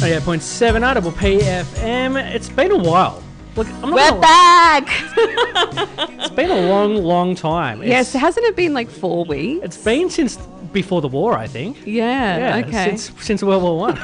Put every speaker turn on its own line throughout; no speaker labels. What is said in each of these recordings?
Oh yeah, point seven Audible PFM. It's been a while. Look, I'm not
We're
gonna lie,
back.
it's been a long, long time.
yes,
It's,
hasn't it been like four weeks?
it's been since before the war, I think.
yeah,
Yeah,
Okay.
since since World War One.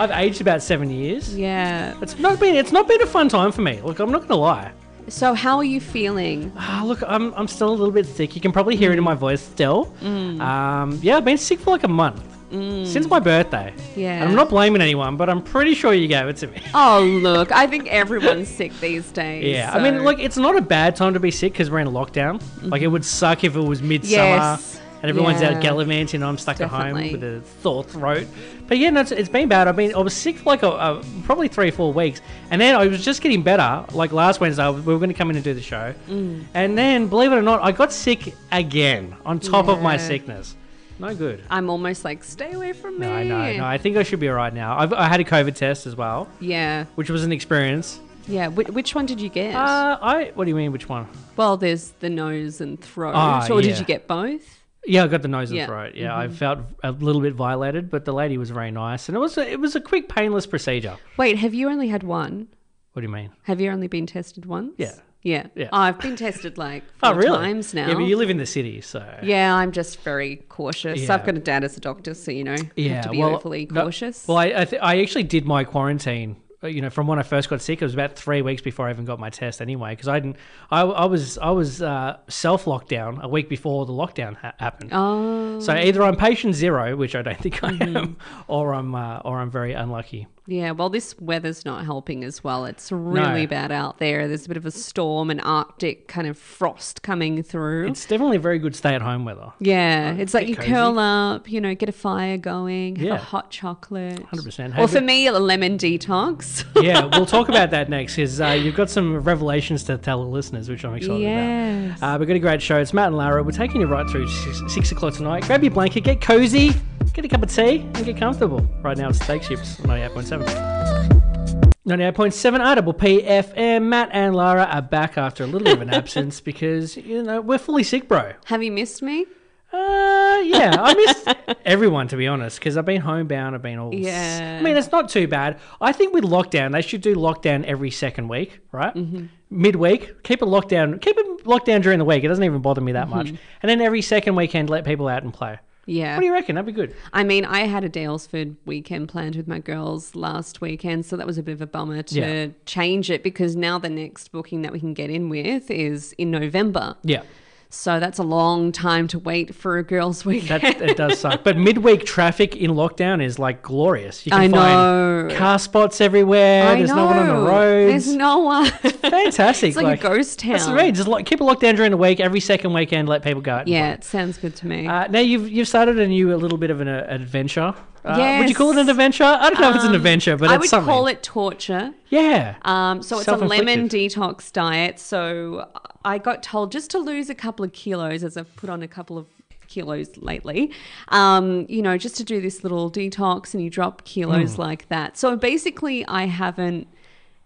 I've aged about seven years.
yeah.
It's not been it's not been a fun time for me. Look, I'm not gonna lie.
So how are you feeling?
Ah, look, I'm I'm still a little bit sick. You can probably hear it in my voice still.
Mm.
Um, yeah, I've been sick for like a month since my birthday.
Yeah.
And I'm not blaming anyone, but I'm pretty sure you gave it to me.
Oh look, I think everyone's sick these days.
Yeah, I mean,
so-
like, it's not a bad time to be sick because we're in lockdown. Like, it would suck if it was midsummer
Mm-hmm. Yes,
and everyone's
yeah,
out gallivanting and I'm stuck at home with
definitely.
a sore throat. But yeah, no, it's, it's been bad. I mean, I was sick for like a, a, probably three or four weeks, and then I was just getting better. Like last Wednesday, we were going to come in and do the show,
Mm.
and then believe it or not, I got sick again on top of my
Yeah.
sickness. No good.
I'm almost like, stay away from me.
No, no, no. I think I should be all right now. I've, I had a COVID test as well,
Yeah,
which was an experience.
yeah. Wh- which one did you get?
Uh, I. What do you mean? Which one?
well, there's the nose and throat.
Ah,
or
yeah.
did you get both?
Yeah, I got the nose and
Yeah. Mm-hmm.
throat. Yeah, I felt a little bit violated, but the lady was very nice, and it was a, it was a quick, painless procedure.
Wait, have you only had one?
What do you mean?
Have you only been tested once?
Yeah.
Yeah. Oh,
Yeah.
I've been tested like
Oh,
four
really?
times now.
Yeah, but you live in the city, so
Yeah, I'm just very cautious.
Yeah.
I've got a dad as a doctor, so you know, you
yeah.
have to be
well,
overly
no-
cautious.
well, I I, th- I actually did my quarantine. uh, You know, from when I first got sick, it was about three weeks before I even got my test. Anyway, because I didn't, I, I was I was uh, self lockdown a week before the lockdown ha- happened.
oh,
So either I'm patient zero, which I don't think I
Mm-hmm.
am, or I'm uh, or I'm very unlucky.
yeah. Well, this weather's not helping as well. It's really
No.
bad out there. There's a bit of a storm and Arctic kind of frost coming through.
It's definitely very good stay at home weather.
yeah, it's like
get
you
cozy.
curl up, you know, get a fire going, have
Yeah.
a hot chocolate.
100%. Hey,
Or for
but-
me, a lemon detox.
yeah, we'll talk about that next because uh, you've got some revelations to tell the listeners, which I'm excited
Yes.
about. Uh, we've got a great show. It's Matt and Lara. We're taking you right through six, six o'clock tonight. Grab your blanket, get cozy, get a cup of tea, and get comfortable. Right now, it's steak chips, 98.7. 98.7 Audible PFM. Matt and Lara are back after a little bit of an absence because, you know, we're fully sick, bro.
have you missed me?
Uh, yeah, I missed everyone to be honest because I've been homebound. I've been all. s-
Yeah.
I mean, it's not too bad. I think with lockdown, they should do lockdown every second week, right? Mm-hmm. Midweek, keep it lockdown. Keep it lockdown during the week. It doesn't even bother me that
Mm-hmm.
much. And then every second weekend, let people out and play.
Yeah.
What do you reckon? That'd be good.
I mean, I had a Dalesford weekend planned with my girls last weekend, so that was a bit of a bummer to
Yeah.
change it because now the next booking that we can get in with is in November.
Yeah,
So that's a long time to wait for a girls'
that
weekend.
it does suck. But midweek traffic in lockdown is like glorious. You can
I
find
know.
car spots everywhere.
I
There's no one on the
know.
roads.
There's no one.
Fantastic.
It's like a ghost
That's
town.
right. Just like, keep it locked down during the week. Every second weekend, let people go out. and
yeah, it sounds good to me.
play. Uh, now you've you've started a new a little bit of an uh, adventure. Uh, Would you
Yes. Um,
call it an adventure? I don't know if it's an adventure, but
I
it's
would
something.
call it torture.
yeah.
Um, so it's a lemon detox diet. So I got told just to lose a couple of kilos as I've put on a couple of kilos lately. Um, you know, just to do this little detox and you drop kilos like that. So basically, I haven't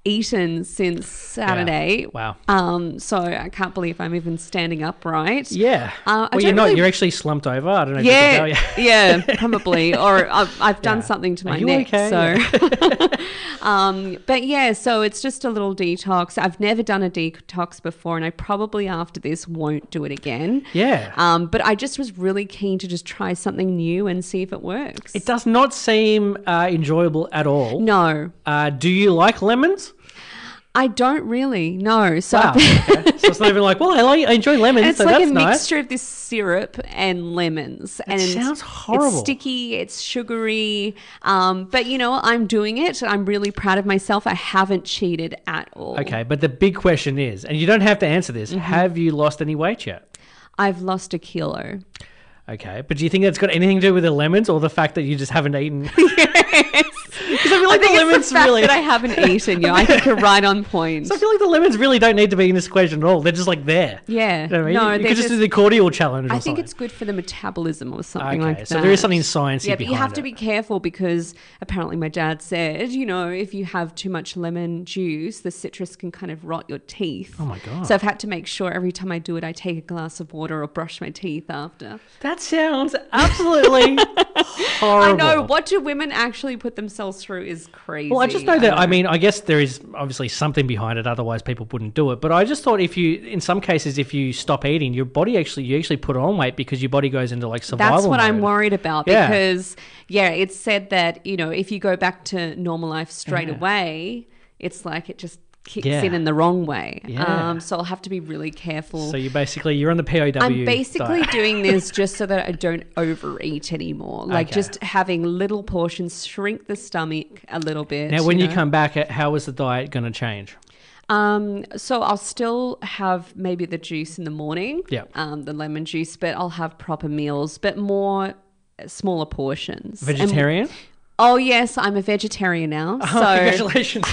eaten since Saturday.
Wow.
Um, so I can't believe I'm even standing upright.
yeah.
Uh, I
well, you're
don't
not.
really-
You're actually slumped over. I don't know.
Yeah,
If you can tell.
yeah, probably. Or I've, I've done something to
Are
my
you
neck.
okay?
So, um, but yeah, so it's just a little detox. I've never done a detox before, and I probably after this won't do it again.
Yeah.
Um, but I just was really keen to just try something new and see if it works.
It does not seem uh, enjoyable at all.
no,
Uh, do you like lemons?
I don't really. No, so.
Wow. okay. So it's not even like, well, I, like, I enjoy lemons,
Uh, It's
so
like
that's
a
nice.
mixture of this syrup and lemons. and
sounds horrible.
It's sticky. It's sugary. Um, but you know, I'm doing it. I'm really proud of myself. I haven't cheated at all.
Okay, but the big question is, and you don't have to answer this:
Mm-hmm.
Have you lost any weight yet?
I've lost a kilo.
Okay, but do you think that's got anything to do with the lemons or the fact that you just haven't eaten? Because I feel like
I think
the
it's
lemons
the fact
really.
that I haven't eaten. You, I think you're right on point.
I feel like the lemons really don't need to be in this question at all. They're just like there.
Yeah.
You know what I mean?
No,
you
they're
could just do
just-
the cordial challenge. Or
I think
something.
it's good for the metabolism or something
okay.
like that.
so there is something sciencey
Yeah, but
behind
you have to
it.
be careful because apparently my dad said, you know, if you have too much lemon juice, the citrus can kind of rot your teeth.
Oh my god.
So I've had to make sure every time I do it, I take a glass of water or brush my teeth after.
that sounds absolutely horrible.
I know. What do women actually put themselves through is crazy.
Well, I just know that. I mean, I guess there is obviously something behind it. Otherwise, people wouldn't do it. But I just thought if you, in some cases, if you stop eating, your body actually you actually put on weight because your body goes into like survival.
That's what I'm
mode.
worried about
Yeah.
because yeah, it's said that, you know, if you go back to normal life straight away, it's like it just kicks
Yeah.
in in the wrong way.
Yeah.
Um so I'll have to be really careful.
So you basically you're on the POW.
I'm basically
diet.
doing this just so that I don't overeat anymore. Like
Okay.
just having little portions shrink the stomach a little bit.
Now, when you,
know?
come back, how is the diet going to change?
Um, so I'll still have maybe the juice in the morning,
Yep.
um, the lemon juice, but I'll have proper meals, but more uh, smaller portions. And-
Vegetarian?
oh yes, I'm a vegetarian now.
Oh,
So,
congratulations!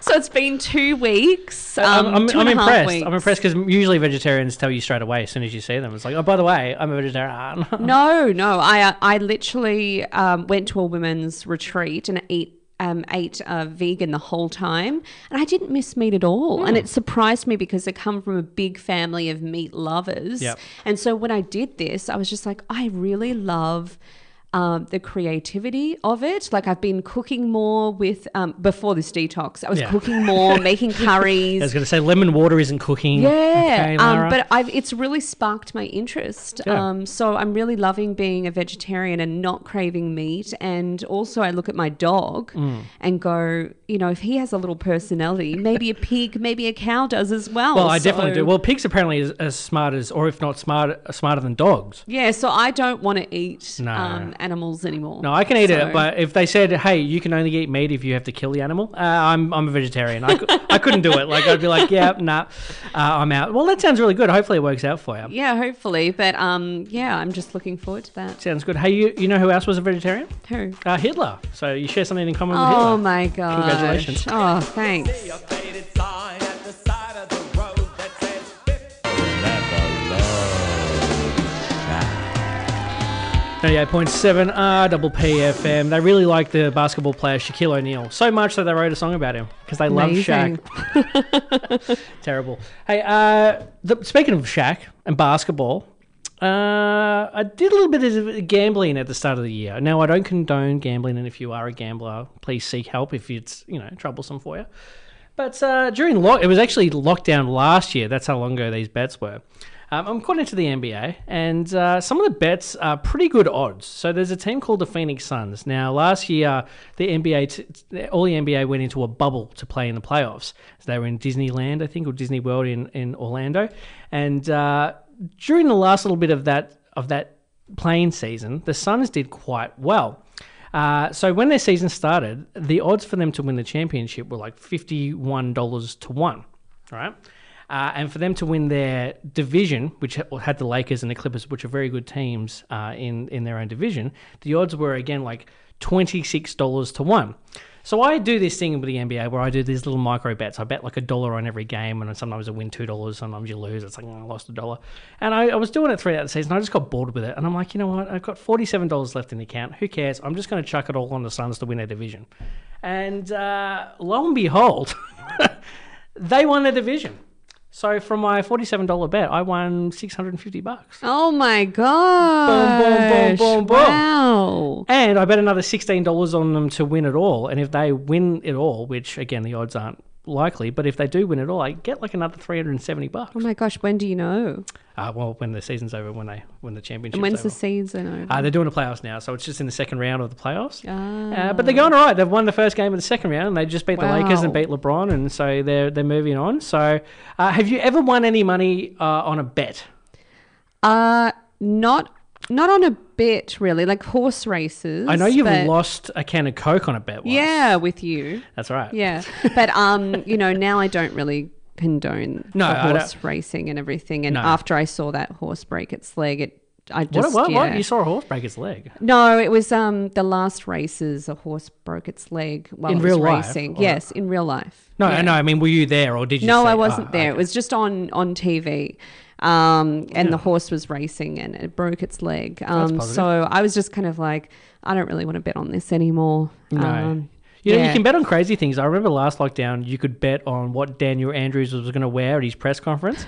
so it's been two weeks. Um,
Uh, I'm, I'm,
two
I'm
and a half
impressed.
weeks.
I'm impressed because usually vegetarians tell you straight away as soon as you see them. It's like, oh, by the way, I'm a vegetarian.
No, no. I uh, I literally um, went to a women's retreat and ate um, ate uh, vegan the whole time, and I didn't miss meat at all.
Hmm.
And it surprised me because I come from a big family of meat lovers,
Yep.
and so when I did this, I was just like, I really love. Um, the creativity of it like i've been cooking more with um, before this detox i was
Yeah.
cooking more making curries
I was going to say lemon water isn't cooking.
yeah,
Okay, Lara.
um, but I've, it's really sparked my interest.
Yeah.
Um, so I'm really loving being a vegetarian and not craving meat. And also, I look at my dog
Mm.
and go, you know, if he has a little personality, maybe a pig, maybe a cow does as well.
Well, I definitely
So-
do. Well, pigs apparently is as smart as, or if not smart, uh, smarter than dogs.
yeah, so I don't want to eat
No.
um, animals anymore.
No, I can eat
So-
it, but if they said, "Hey, you can only eat meat if you have to kill the animal," uh, I'm I'm a vegetarian. I, cou- I couldn't do it. Like I'd be like, "Yeah, nah, uh, I'm out." Well, that sounds really good. Hopefully, it works out for you.
yeah, hopefully. But um, yeah, I'm just looking forward to that.
Sounds good. Hey, you you know who else was a vegetarian?
Who?
Uh, Hitler. So you share something in common with Hitler.
Oh my god!
Congratulations.
Oh, thanks.
a faded sign at the side of the road that says Never
Ninety-eight point seven R double PFM. They really like the basketball player Shaquille O'Neal so much that they wrote a song about him because they love
Amazing.
Shaq. Terrible. Hey, uh, the, speaking of Shaq and basketball, uh, I did a little bit of gambling at the start of the year. Now, I don't condone gambling, and if you are a gambler, please seek help if it's you know troublesome for you. But uh, during lock, it was actually lockdown last year. That's how long ago these bets were. Um, I'm quite into the NBA, and uh, some of the bets are pretty good odds. So there's a team called the Phoenix Suns. Now, last year, the NBA, t- all the NBA went into a bubble to play in the playoffs. So they were in Disneyland, I think, or Disney World in in Orlando. And uh, during the last little bit of that of that playing season, the Suns did quite well. Uh, so when their season started, the odds for them to win the championship were like fifty-one dollars to one, right? Uh, and for them to win their division, which ha- had the Lakers and the Clippers, which are very good teams uh, in in their own division, the odds were again like twenty-six dollars to one. So I do this thing with the NBA where I do these little micro bets. I bet like a dollar on every game, and sometimes I win two dollars, sometimes you lose. It's like oh, I lost a dollar, and I, I was doing it throughout the season. I just got bored with it, and I'm like, you know what? I've got forty-seven dollars left in the account. Who cares? I'm just going to chuck it all on the Suns to win their division, and uh, lo and behold, they won their division. So from my forty-seven dollar bet, I won six hundred and fifty bucks.
Oh my
boom,
god!
boom, boom.
Wow.
And I bet another sixteen dollars on them to win it all. And if they win it all, which again the odds aren't likely, but if they do win it all, I get like another three hundred and seventy bucks.
Oh my gosh, when do you know?
Uh, well, when the season's over, when they win the championship.
And when's the season over?
uh, they're doing the playoffs now, so it's just in the second round of the playoffs.
Ah.
Uh, but they're going all right. They've won the first game of the second round, and they just beat the Lakers and
Wow.
beat LeBron, and so they're they're moving on. So, uh, have you ever won any money uh, on a bet?
Uh, not not on a bit really, like horse races.
I know you've
but-
lost a can of Coke on a bet once.
Yeah, with you.
that's right.
Yeah, but um, you know, now I don't really condone
No,
the
I don't-
horse racing and everything. And
No.
after I saw that horse break its leg, it I
What?
just
what?
yeah.
What? You saw a horse break its leg.
No, it was um the last races. A horse broke its leg while
In
it was
real life,
racing.
or-
Yes, in real life.
No,
Yeah.
no. I mean, were you there or did you?
No,
see-
I
oh,
wasn't there. It
okay.
was just on on TV, um, and the horse was racing and it broke its leg. Um,
positive.
so I was just kind of like, I don't really want to bet on this anymore.
ah, No.
Um,
You know, you
Yeah.
can bet on crazy things. I remember last lockdown, you could bet on what Daniel Andrews was going to wear at his press conference,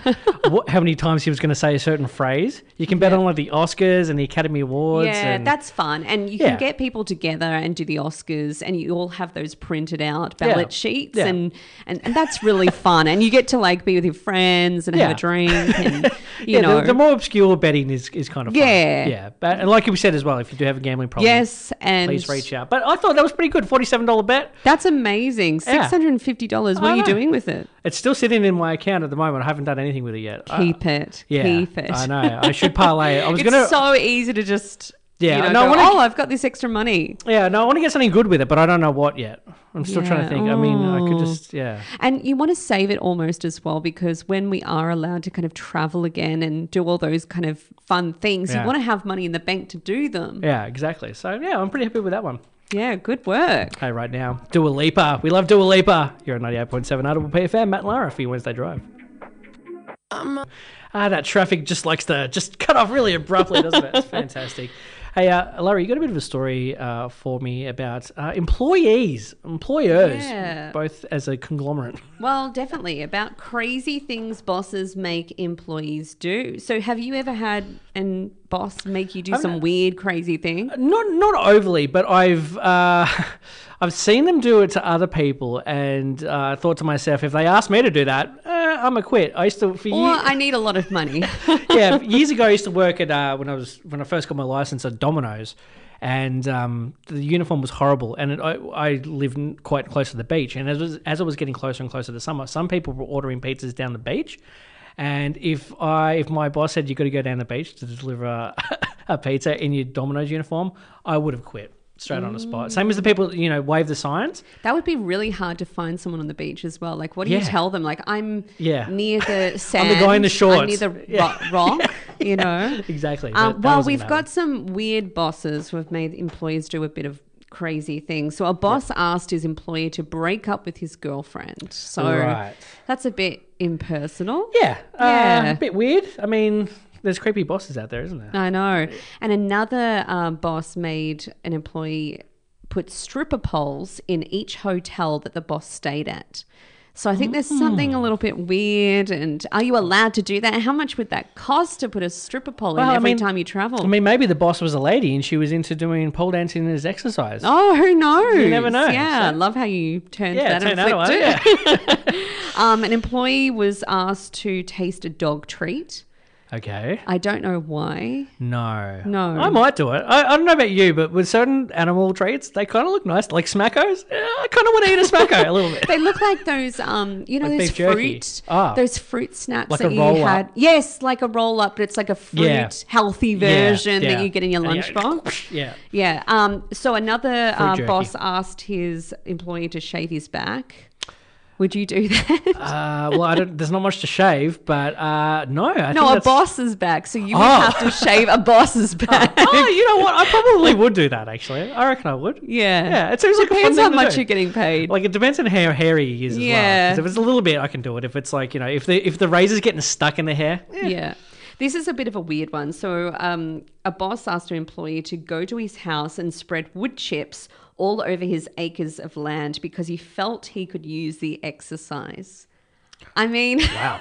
what, how many times he was going to say a certain phrase. You can bet on like the Oscars and the Academy Awards.
Yeah,
and,
that's fun. And you
Yeah.
can get people together and do the Oscars and you all have those printed out ballot sheets
Yeah.
and, and, and that's really fun. And you get to like be with your friends and
Yeah.
have a drink and you
yeah,
know
the, the more obscure betting is, is kind of
Yeah.
fun. yeah. But and like we said as well, if you do have a gambling problem,
Yes, and
please reach out. But I thought that was pretty good, forty seven dollar bet.
that's amazing.
Yeah.
Six hundred and fifty dollars. What
I
are you
know.
doing with it?
It's still sitting in my account at the moment. I haven't done anything with it yet. I-
Keep
Uh,
it.
yeah,
Keep it.
I know. I should parlay. it. I was
it's
gonna.
so easy to just
Yeah,
yeah. You know,
no, I
go,
wanna-
oh, I've got this extra money.
Yeah, no, I want to get something good with it, but I don't know what yet. I'm still trying to
Yeah.
think. I mean, I could
Oh.
just yeah.
And you want to save it almost as well because when we are allowed to kind of travel again and do all those kind of fun things,
Yeah.
you want to have money in the bank to do them. Yeah,
Yeah, exactly. So yeah, I'm pretty happy with that one.
good work.
Hey, right now, Dua Lipa. We love Dua Lipa. You're at 98.7 Audible PFM. Matt and Lara for your Wednesday Drive.
Um, uh
Ah, that traffic just likes to just cut off really abruptly, doesn't it? It's fantastic. Hey, uh, Lara, you got a bit of a story uh, for me about uh, employees, employers,
Yeah.
both as a conglomerate.
Well, definitely about crazy things bosses make employees do. So, have you ever had an boss make you do some weird, crazy thing?
not not overly, but I've uh, I've seen them do it to other people, and uh, I thought to myself, if they asked me to do that, uh, I'm a quit. I used to for
Or
ye-
I need a lot of money.
yeah, years ago, I used to work at uh, when I was when I first got my license at Domino's, and um, the uniform was horrible. And it, I, I lived n- quite close to the beach, and as it was, as it was getting closer and closer to summer, some people were ordering pizzas down the beach. And if I if my boss said you got to go down the beach to deliver a, a pizza in your Domino's uniform, I would have quit straight on the spot. Same as the people you know wave the signs.
That would be really hard to find someone on the beach as well. Like, what do
Yeah.
you tell them? Like, I'm
Yeah.
near the sand.
guy in the
I'm near
shorts."
the
Yeah.
ro- rock. You know.
Exactly. That-
Um,
that
well,
wasn't
we've
bad.
got some weird bosses who have made employees do a bit of crazy things. So a boss asked his employee to break up with his girlfriend. So
Right.
that's a bit impersonal.
yeah, Uh,
Yeah.
a bit weird. I mean, there's creepy bosses out there, isn't there?
I know. And another um, boss made an employee put stripper poles in each hotel that the boss stayed at. So I think there's
Oh.
something a little bit weird. And are you allowed to do that? How much would that cost to put a stripper pole
Well,
in
I
every
mean-
time you travel?
I mean, maybe the boss was a lady and she was into doing pole dancing as exercise.
Oh, who knows?
You never know,
Yeah, I
so-
love how you turned
yeah,
that
turn
and
that
flipped
one.
it.
Yeah.
Um, an employee was asked to taste a dog treat.
okay.
I don't know why.
No.
No.
I might do it. I, I don't know about you, but with certain animal treats, they kind of look nice, like smackos. Yeah, I kind of want to eat a smacko a little bit.
They look like those, um, you know,
Like
those
beef jerky.
fruit,
Ah.
those fruit snacks
Like a
that you
roll-up.
had. Yes, like a roll up, but it's like a fruit
Yeah.
healthy version
yeah.
that you get in your
And you-
lunchbox.
Yeah.
Yeah. Um, so another
Fruit
uh,
jerky.
boss asked his employee to shave his back. Would you do that?
Uh, well, I don't, there's not much to shave, but uh, no. I
no, a
think that's-
boss's back. So you would
Oh.
have to shave a boss's back.
Oh, you know what? I probably would do that, actually. I reckon I would.
Yeah.
Yeah, it seems like a fun
Depends
thing
how
to
much
do.
you're getting paid.
Like it depends on how hairy he is as well.
Yeah.
'Cause If it's a little bit, I can do it. If it's like you know, if the if the razor's getting stuck in the hair, eh,
yeah. This is a bit of a weird one. So, um, a boss asked an employee to go to his house and spread wood chips all over his acres of land because he felt he could use the exercise. I mean,
wow.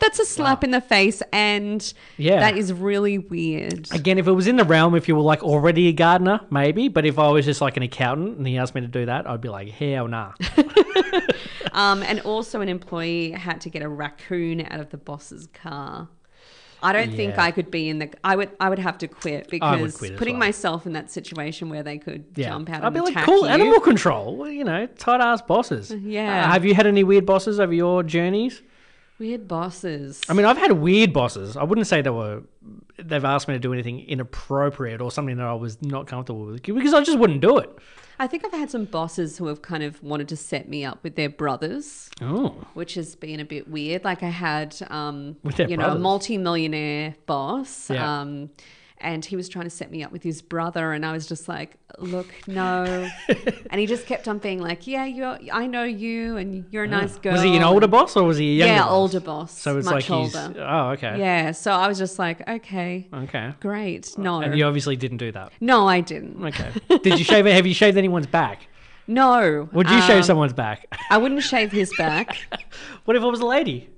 that's a slap in the face, and
Yeah.
that is really weird.
Again, if it was in the realm, if you were like already a gardener, maybe. But if I was just like an accountant and he asked me to do that, I'd be like, hell nah.
Um, and also, an employee had to get a raccoon out of the boss's car. I don't think
Yeah.
I could be in the. I would. I would have to quit
would
because
quit as
putting
well.
myself in that situation where they could
Yeah.
jump out.
I'd
and
be like,
attack
cool,
you.
animal control. Well, You know, tight ass bosses.
Yeah.
Uh, have you had any weird bosses over your journeys?
Weird bosses.
I mean, I've had weird bosses. I wouldn't say they were. They've asked me to do anything inappropriate or something that I was not comfortable with because I just wouldn't do it.
I think I've had some bosses who have kind of wanted to set me up with their brothers,
Oh,
which has been a bit weird. Like I had, um,
With their
you know,
brothers?
a multi-millionaire boss.
Yeah.
Um, and he was trying to set me up with his brother, and I was just like, "Look, no." and he just kept on being like, "Yeah, you're. I know you, and you're a nice girl."
was he an
and-
older boss or was he a younger?
yeah,
boss?
older boss.
So it's
much
like he's.
older.
Oh, okay.
Yeah. So I was just like, "Okay,
Okay.
great, no,
And you obviously didn't do that.
no, I didn't."
Okay. Did you shave? Have you shaved anyone's back?
No.
Would you shave
um,
someone's back?
I wouldn't shave his back.
what if it was a lady?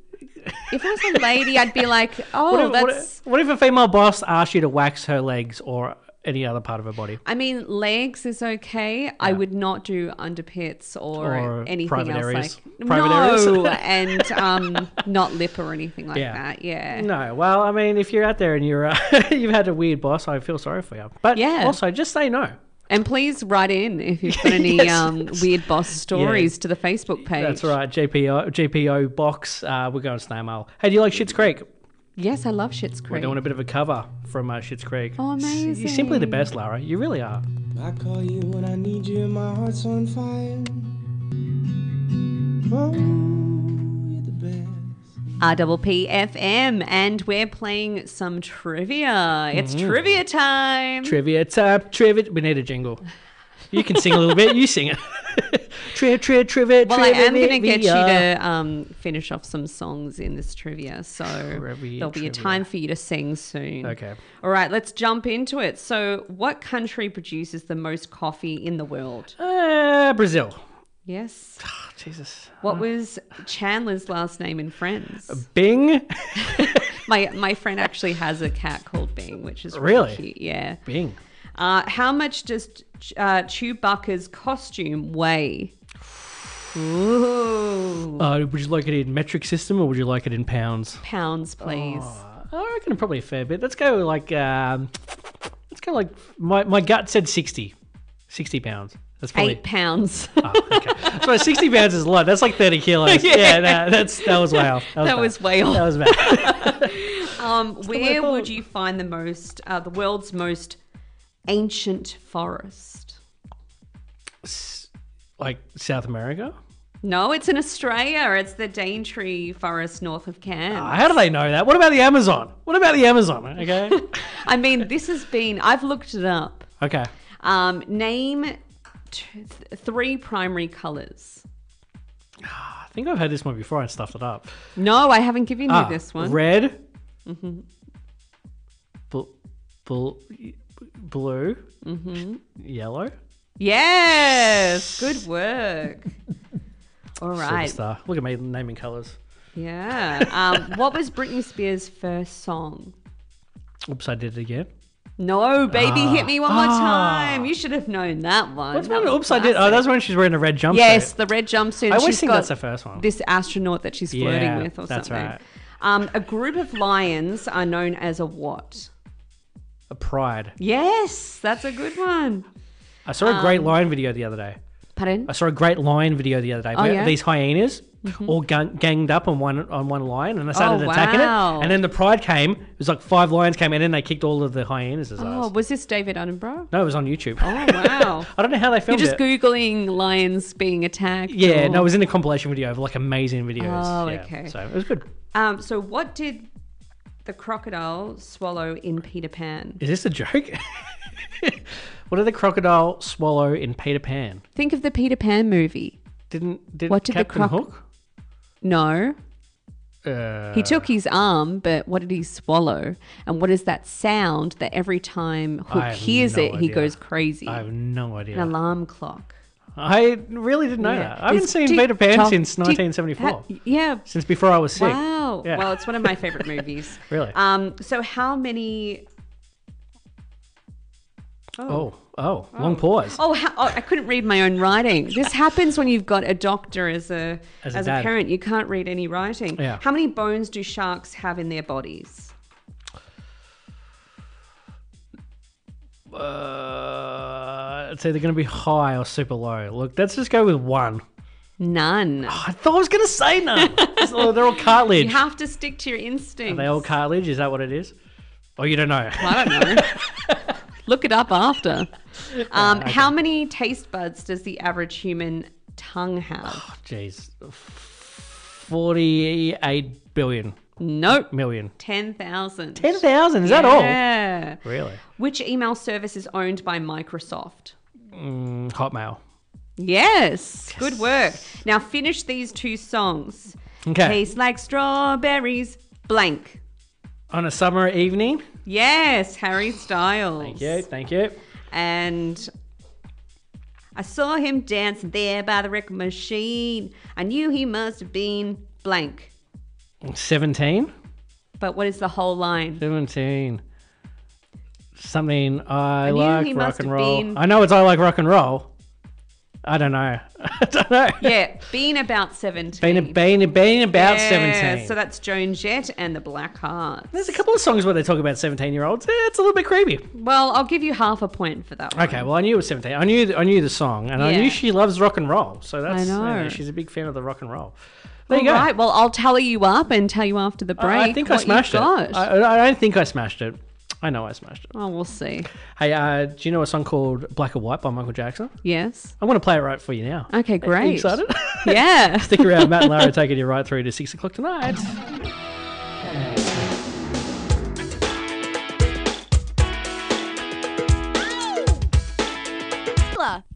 if it was a lady, I'd be like, oh,
What, if, what
that's.
if- what if a female boss asked you to wax her legs or any other part of her body?
I mean, legs is okay. I would not do underpits or,
Or
anything
private
else
areas.
like
Private
no,
areas.
and um, not lip or anything like
Yeah.
that. Yeah.
No, well, I mean, if you're out there and you're uh, you've had a weird boss, I feel sorry for you. But
Yeah.
also, just say no.
And please write in if you've got any
Yes.
um, weird boss stories to the Facebook page.
That's right, GPO GPO box. Uh, we're going snail mail. Hey, do you like Shit's Creek?
Yes, I love Shit's
We're
Creek.
doing a bit of a cover from uh, Shit's Creek.
Oh,
S- You're simply the best, Lara. You really are.
I call you when I need you, and my heart's on fire. Oh, you're the best.
RPPFM, and we're playing some trivia. It's
Mm.
trivia time.
Trivia time, trivia. We need a jingle. You can sing a little bit. You sing it. Tri, tri, trivia,
well, I
trivia.
am going to get you to um, finish off some songs in this trivia, so
Trivia,
there'll be
trivia.
a time for you to sing soon.
Okay.
All right, let's jump into it. So, what country produces the most coffee in the world?
Uh, Brazil.
Yes.
Oh, Jesus.
What was Chandler's last name in Friends?
Bing.
My my friend actually has a cat called Bing, which is
Really?
really? cute. Yeah.
Bing.
Uh, how much does uh, Chewbacca's costume weigh? Ooh.
Uh, would you like it in metric system or would you like it in pounds?
Pounds, please.
Uh, I reckon probably a fair bit. Let's go like um, let's go like my, my gut said 60. 60 pounds. That's probably
Eight pounds.
so 60 pounds is a lot. That's like 30 kilos. yeah,
Yeah.
nah, that's that was wow. That was, bad.
that was way off.
that was bad.
um, where
level.
would you find the most, uh, the world's most ancient forest?
like South America.
No, it's in Australia. It's the Daintree Forest north of Cairns.
Uh, How do they know that? What about the Amazon? What about the Amazon? Okay.
I mean, this has been, I've looked it up.
okay.
Um, name t- th- three primary colors.
I think I've heard this one before and stuffed it up.
No, I haven't given
Ah,
you this one.
Red. Mm-hmm. Bl- bl- blue. Mm-hmm. Yellow.
Yes, good work. All right.
Superstar. Look at me naming colors.
Yeah. Um, what was Britney Spears' first song?
Oops, I did it again.
No, baby, hit me one more
Ah.
time. You should have known that one.
What's
That
one?
was
Oops, I did. Oh,
classic.
that's when she's wearing a red jumpsuit.
yes, the red jumpsuit.
I always
She's
think
got
that's the first one.
This astronaut that she's flirting
Yeah,
with, or
that's
something.
right.
Um, a group of lions are known as a what?
A pride.
Yes, that's a good one.
I saw a great
um,
lion video the other day.
Pardon?
I saw a great lion video the other day. where
Oh, yeah? Mm-hmm.
These hyenas all gun- ganged up on one on one lion, and they started
Oh,
attacking
wow.
it. And then the pride came. It was like five lions came, and then they kicked all of the hyenas'
Oh,
ass.
was this David Attenborough?
No, it was on YouTube.
Oh, wow.
I don't know how they
You're
filmed
just
it.
googling lions being attacked.
yeah,
or-
no, it was in a compilation video of like amazing videos.
Oh,
Yeah,
okay.
So it was good.
Um, so what did the crocodile swallow in Peter Pan?
Is this a joke? what did the crocodile swallow in Peter Pan?
Think of the Peter Pan movie.
Didn't did
What did the
Captain
croc-
Hook?
No,
Uh,
he took his arm, but what did he swallow? And what is that sound that every time
I
Hook
have
hears
no
it, he
idea.
goes crazy?
I have no
An
idea.
alarm clock.
I really didn't know
Yeah.
that. I haven't
It's
seen
tick,
Peter Pan
tock,
since
tick,
1974.
ha- yeah.
Since before I was sick.
Wow.
Yeah.
Well, it's one of my favorite movies.
Really?
Um, so how many?
Oh, oh, long pause.
Oh, how, oh, I couldn't read my own writing. This happens when you've got a doctor as a
As
as
a
a,
dad.
parent. You can't read any writing.
Yeah.
How many bones do sharks have in their bodies?
Uh, it's either going to be high or super low. Look, let's just go with one.
None.
I thought I was going to say none. It's all- They're all cartilage.
You have to stick to your
Are
instincts.
they all cartilage? Is that what it is? Oh, you don't know.
I don't know. Look it up after. Um, How many taste buds does the average human tongue have?
Jeez. 48 billion
Nope.
million.
Ten thousand.
10,000, is that all?
Yeah.
Really?
Which email service is owned by Microsoft?
Mm, Hotmail.
Yes, good work. Now finish these two songs.
Okay.
Tastes like strawberries, blank.
On a summer evening.
Yes, Harry Styles.
Thank you. Thank you.
And I saw him dancing there by the record machine. I knew he must have been blank.
17?
But what is the whole line?
17. Something I,
knew
like
he
rock
must
and
have
roll.
been-
I know it's I like rock and roll. I don't know. I don't know.
Yeah, being about 17.
Been, a- been, a- been about
Yeah,
17.
So that's Joan Jett and the Black Hearts.
There's a couple of songs where they talk about 17 year olds. It's a little bit creepy.
Well, I'll give you half a point for that one.
Okay, well, I knew it was 17. I knew I knew the song, and I
Yeah.
knew she loves rock and roll. So that's, you
know.
she's a big fan of the rock and roll. There you
All
go.
right, well, I'll tally you up and tell you after the break.
I, I think I
what
smashed it.
you've got.
I, I- I don't think I smashed it. I know I smashed it.
Oh, we'll see.
Hey, uh, do you know a song called Black or White by Michael Jackson?
Yes.
I'm going to play it right for you now.
Okay,
Are you
great.
excited?
Yeah.
Stick around. Matt and Lara are taking you right through to 6 o'clock tonight.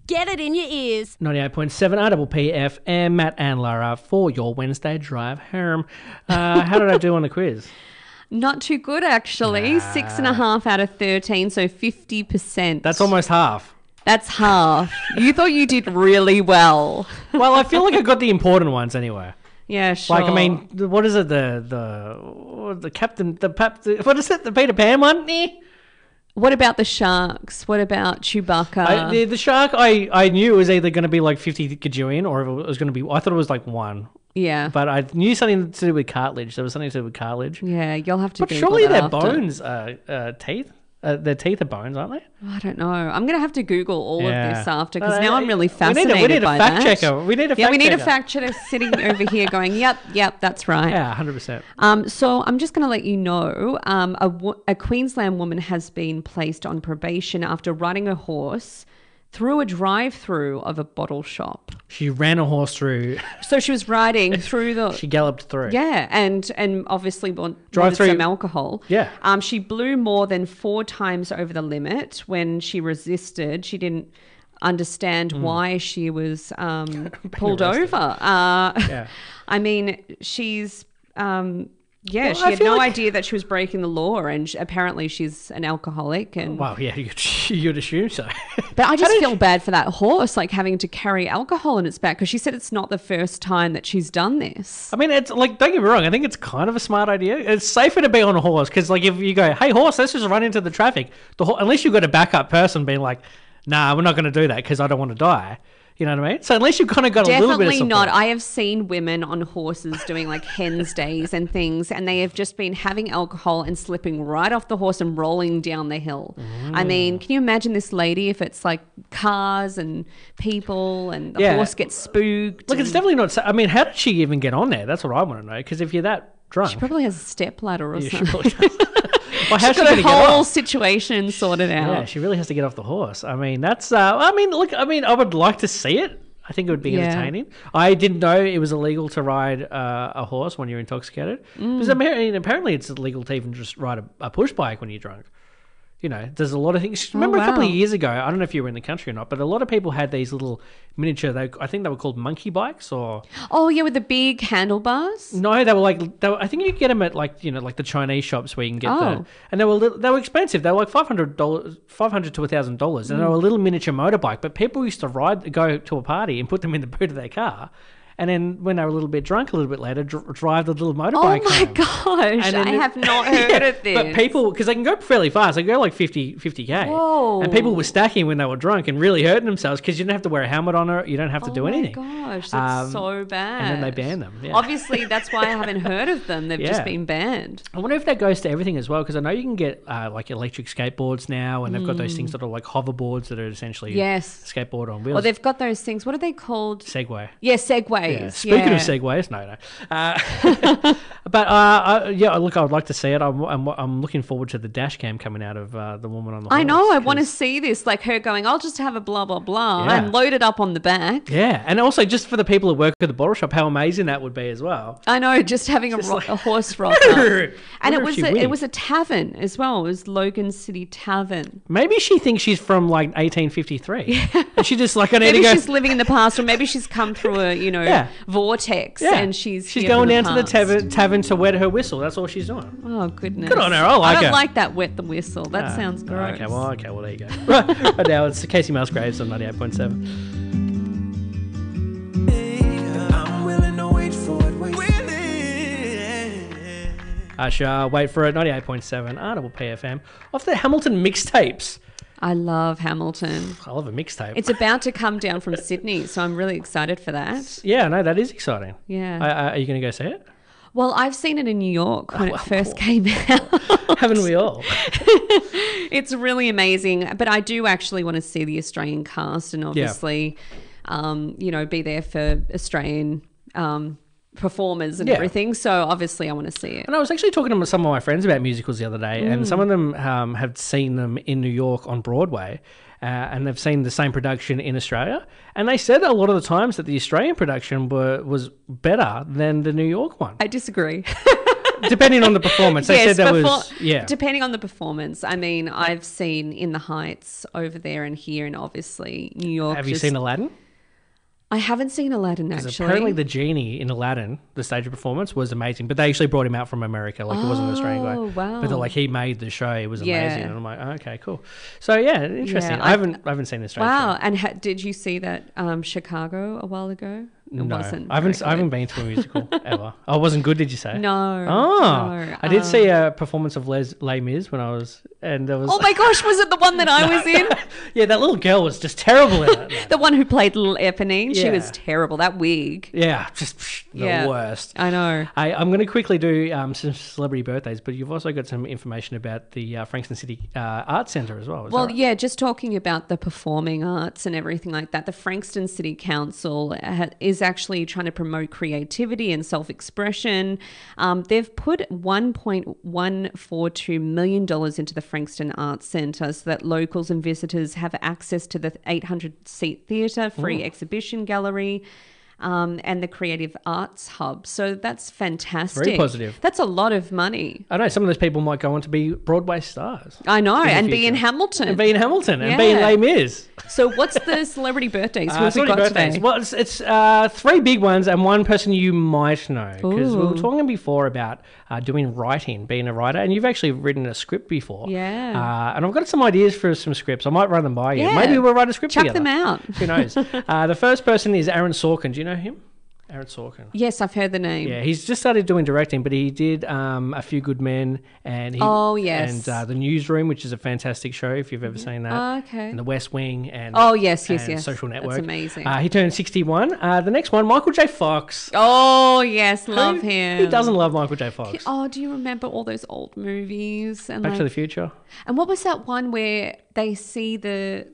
Get it in your ears.
98.7 RPP FM, Matt and Lara for your Wednesday drive home. Uh, how did I do on the quiz?
Not too good, actually. Six and a half out of 13, so 50%.
That's almost half.
That's half. you thought you did really well.
Well, I feel like I got the important ones anyway.
Yeah, sure.
Like, I mean, the- what is it? The the the captain, the pap, the, what is it? The Peter Pan one? Eh.
what about the sharks? What about Chewbacca?
I, the, the shark, I, I knew it was either going to be like 50 gajillion or if it was going to be, I thought it was like one.
yeah.
But I knew something to do with cartilage. There was something to do with cartilage.
yeah, you'll have to
But
Google
surely
that
their
after.
bones are uh, teeth. Uh, their teeth are bones, aren't they?
I don't know. I'm going to have to Google all
Yeah.
of this after
Uh,
because now I'm really
we need a- we
fascinated
need a
by
fact
that.
checker. We need a
yeah, we
fact
need
checker.
a fact checker sitting over here going, "Yep, yep, that's right."
Yeah, hundred percent.
Um, so I'm just going to let you know um, a, wo- a Queensland woman has been placed on probation after riding a horse through a drive-through of a bottle shop.
She ran a horse through.
So she was riding through the
She galloped through.
yeah, and and obviously want, wanted
Drive-through-
some alcohol.
Yeah.
Um, she blew more than four times over the limit when she resisted. She didn't understand why she was um, pulled
Hmm. arrested.
over. Uh,
Yeah.
I mean, she's. Um, yeah,
Well,
she
I
had
feel
no
like-
idea that she was breaking the law, and sh apparently she's an alcoholic. And
Wow. Yeah, you'd, you'd assume so.
but I just
did
feel bad for that horse, like having to carry alcohol in its back, because she said it's not the first time that she's done this.
I mean, it's like don't get me wrong. I think it's kind of a smart idea. It's safer to be on a horse because, like, if you go, "Hey, horse, let's just run into the traffic," the ho- unless you've got a backup person being like, "Nah, we're not going to do that because I don't want to die." You know what I mean? So unless you've kind of got a little bit of
Definitely
support,
not. I have seen women on horses doing like hens days and things, and they have just been having alcohol and slipping right off the horse and rolling down the hill. I
Mm.
mean, can you imagine this lady if it's like cars and people and the
Yeah.
horse gets spooked?
Look, it's
and-
definitely not. sa- I mean, how did she even get on there? That's what I want to know. Because if you're that drunk,
She probably has a stepladder or
you should
something.
probably- well, how's
She's
she
got
going to
a
get off?
whole situation sorted out.
Yeah, she really has to get off the horse. I mean, that's. Uh, I mean, look. I mean, I would like to see it. I think it would be
Yeah.
entertaining. I didn't know it was illegal to ride uh, a horse when you're intoxicated.
Mm.
Because apparently, apparently, it's illegal to even just ride a, a push bike when you're drunk. You know, there's a lot of things. Remember a couple of
Oh, wow.
years ago, I don't know if you were in the country or not, but a lot of people had these little miniature. They, I think they were called monkey bikes, or
Oh yeah, with the big handlebars.
no, they were like. They were, I think you could get them at like you know like the Chinese shops where you can get
Oh.
the and they were li- they were expensive. They were like five hundred dollars, five hundred to thousand dollars, and they were a little miniature motorbike. But people used to ride, go to a party, and put them in the boot of their car, and then when they were a little bit drunk, a little bit later, dr- drive the little
Oh
motorbike.
my
home.
gosh,
And then
I
it-
have not heard
Yeah,
of this.
But people, because they can go fairly fast, they go like 50, 50k.
Whoa.
And people were stacking when they were drunk and really hurting themselves because you didn't have to wear a helmet on or you don't have to
oh
do
my
anything.
Gosh, that's
Um,
so bad.
and then they banned them, yeah.
Obviously, that's why I haven't heard of them. They've
Yeah.
just been banned.
I wonder if that goes to everything as well, because I know you can get uh, like electric skateboards now, and they've got those things that are like hoverboards that are essentially
Mm. Yes.
skateboard on wheels.
Well, they've got those things. What are they called?
Segway.
Yeah, segways.
Yeah. Speaking
yeah.
of segways, no, no. Uh, but uh, I, yeah, look, I would like to see it. I'm, I'm, I'm looking forward to the dash cam coming out of uh, the woman on the.
I know. I
horse,
want to
'cause-
see this, like her going, "I'll just have a blah blah blah,"
Yeah.
and load it up on the back.
Yeah, and also just for the people who work at the bottle shop, how amazing that would be as well.
I know, just having a,
Just
ro-
like-
a horse rock, up. and
Wonder
it
if
was
she
a, it
winked.
was a tavern as well. It was Logan City Tavern.
Maybe she thinks she's from like 1853, and she just like I need
Maybe
to go.
she's living in the past, or maybe she's come through a you know
Yeah.
vortex,
Yeah.
and she's
she's
here for
going down to the
past.
tavern, tavern to wet her whistle. That's all she's doing.
Oh goodness!
Good on her, I like
I don't
her.
like that wet the whistle. That sounds
Oh,
gross.
Okay, well, okay, well, there you go. right, right now it's Casey Musgraves on 98.7.
I'm willing to wait for it. Wait. Willing.
Usher, Uh, wait for it, 98.7, R double PFM. Off the Hamilton mixtapes.
I love Hamilton.
I love a mixtape.
It's about to come down from Sydney, so I'm really excited for that.
Yeah, no, that is exciting.
Yeah.
I, I, are you going to go see it?
Well, I've seen it in New York when
Oh, well,
it first came out.
Haven't we all?
it's really amazing, but I do actually want to see the Australian cast and obviously, um, you know, be there for Australian um, performers and
Yeah.
everything. So obviously, I want to see it.
And I was actually talking to some of my friends about musicals the other day, and
Mm.
some of them um, have seen them in New York on Broadway, uh, and they've seen the same production in Australia. And they said a lot of the times that the Australian production were, was better than the New York one,
I disagree.
depending on the performance. They said that was
before-
yeah.
Depending on the performance, I mean, I've seen in the Heights over there and here, and obviously New York.
have you
just-
seen Aladdin?
I haven't seen Aladdin actually.
Apparently, the genie in Aladdin, the stage performance was amazing, but they actually brought him out from America. Like, it wasn't an Australian guy.
Oh, wow.
But they're like, he made the show. It was amazing.
Yeah.
And I'm like, oh, okay, cool. So, yeah, interesting.
Yeah,
I,
I-
haven't I haven't seen this.
Wow! And ha- did you see that um, Chicago a while ago? It
No,
wasn't.
I haven't.
very
I haven't
good.
been to a musical ever. I wasn't good. Did you say?
No.
Oh,
no,
I did
um,
see a performance of Les Les Mis when I was, and there was.
Oh my gosh! Was it the one that I was in?
yeah, that little girl was just terrible in it. man.
The one who played Little Eponine. She was
Yeah.
terrible. That wig.
yeah, just psh, the
Yeah.
worst.
I know.
I, I'm going to quickly do um, some celebrity birthdays, but you've also got some information about the uh, Frankston City uh, Art Centre as well. Is that
Well,
right?
yeah, just talking about the performing arts and everything like that, the Frankston City Council uh, ha- is actually trying to promote creativity and self expression. Um, they've put $1.142 million into the Frankston Arts Centre so that locals and visitors have access to the 800 seat theatre, free exhibition gallery. Um, and the Creative Arts Hub. So that's fantastic.
positive.
That's a lot of money.
I know some of those people might go on to be Broadway stars
I know. And be in
future.
Hamilton.
and be in Hamilton and be in
Uh, Yeah.
Les Mis.
So what's the celebrity birthdays? What
Uh,
have we got
celebrity birthdays.
today?
Well, it's, it's uh, three big ones and one person you might know because we were
Ooh.
talking before about uh, doing writing, being a writer, and you've actually written a script before.
Yeah.
Uh, and I've got some ideas for some scripts. I might run them by you.
Yeah.
Maybe we'll write a script
Chuck
together.
them out.
Who knows? uh, the first person is Aaron Sorkin. Do you know him? Aaron Sorkin.
Yes, I've heard the name.
Yeah, he's just started doing directing, but he did um, a few Good Men and he,
Oh, yes.
and uh, the Newsroom, which is a fantastic show if you've ever seen that.
Oh, okay.
And the West Wing and
Oh, yes, yes,
and
yes.
Social
That's
Network.
amazing.
Uh, he turned sixty-one. Uh, the next one, Michael J. Fox.
Oh yes, love
Who-
him.
Who doesn't love Michael J. Fox?
Oh, do you remember all those old movies? And
Back to the
like,
Future.
and what was that one where they see the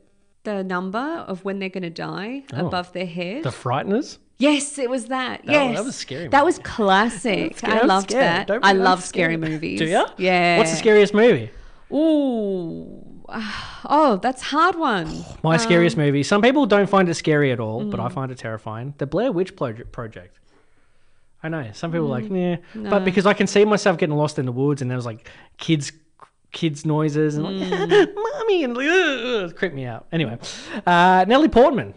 the number of when they're going to die
Oh.
above their head?
The Frighteners.
yes, it was that.
That-
yes,
that was scary,
That
man.
was classic.
Scared-
I
I'm
loved
scared.
that.
Don't be-
I
I'm
love scary
scared.
movies.
Do you?
Yeah.
What's the scariest movie?
Ooh. Oh, that's a hard one.
My scariest movie. Some people don't find it scary at all, but I find it terrifying. The Blair Witch Proj- Project. I know some people are like, yeah, but because I can see myself getting lost in the woods, and there was like kids, kids noises, and like, mommy, and like, "Ugh," it creeped me out. Anyway, uh, Natalie Portman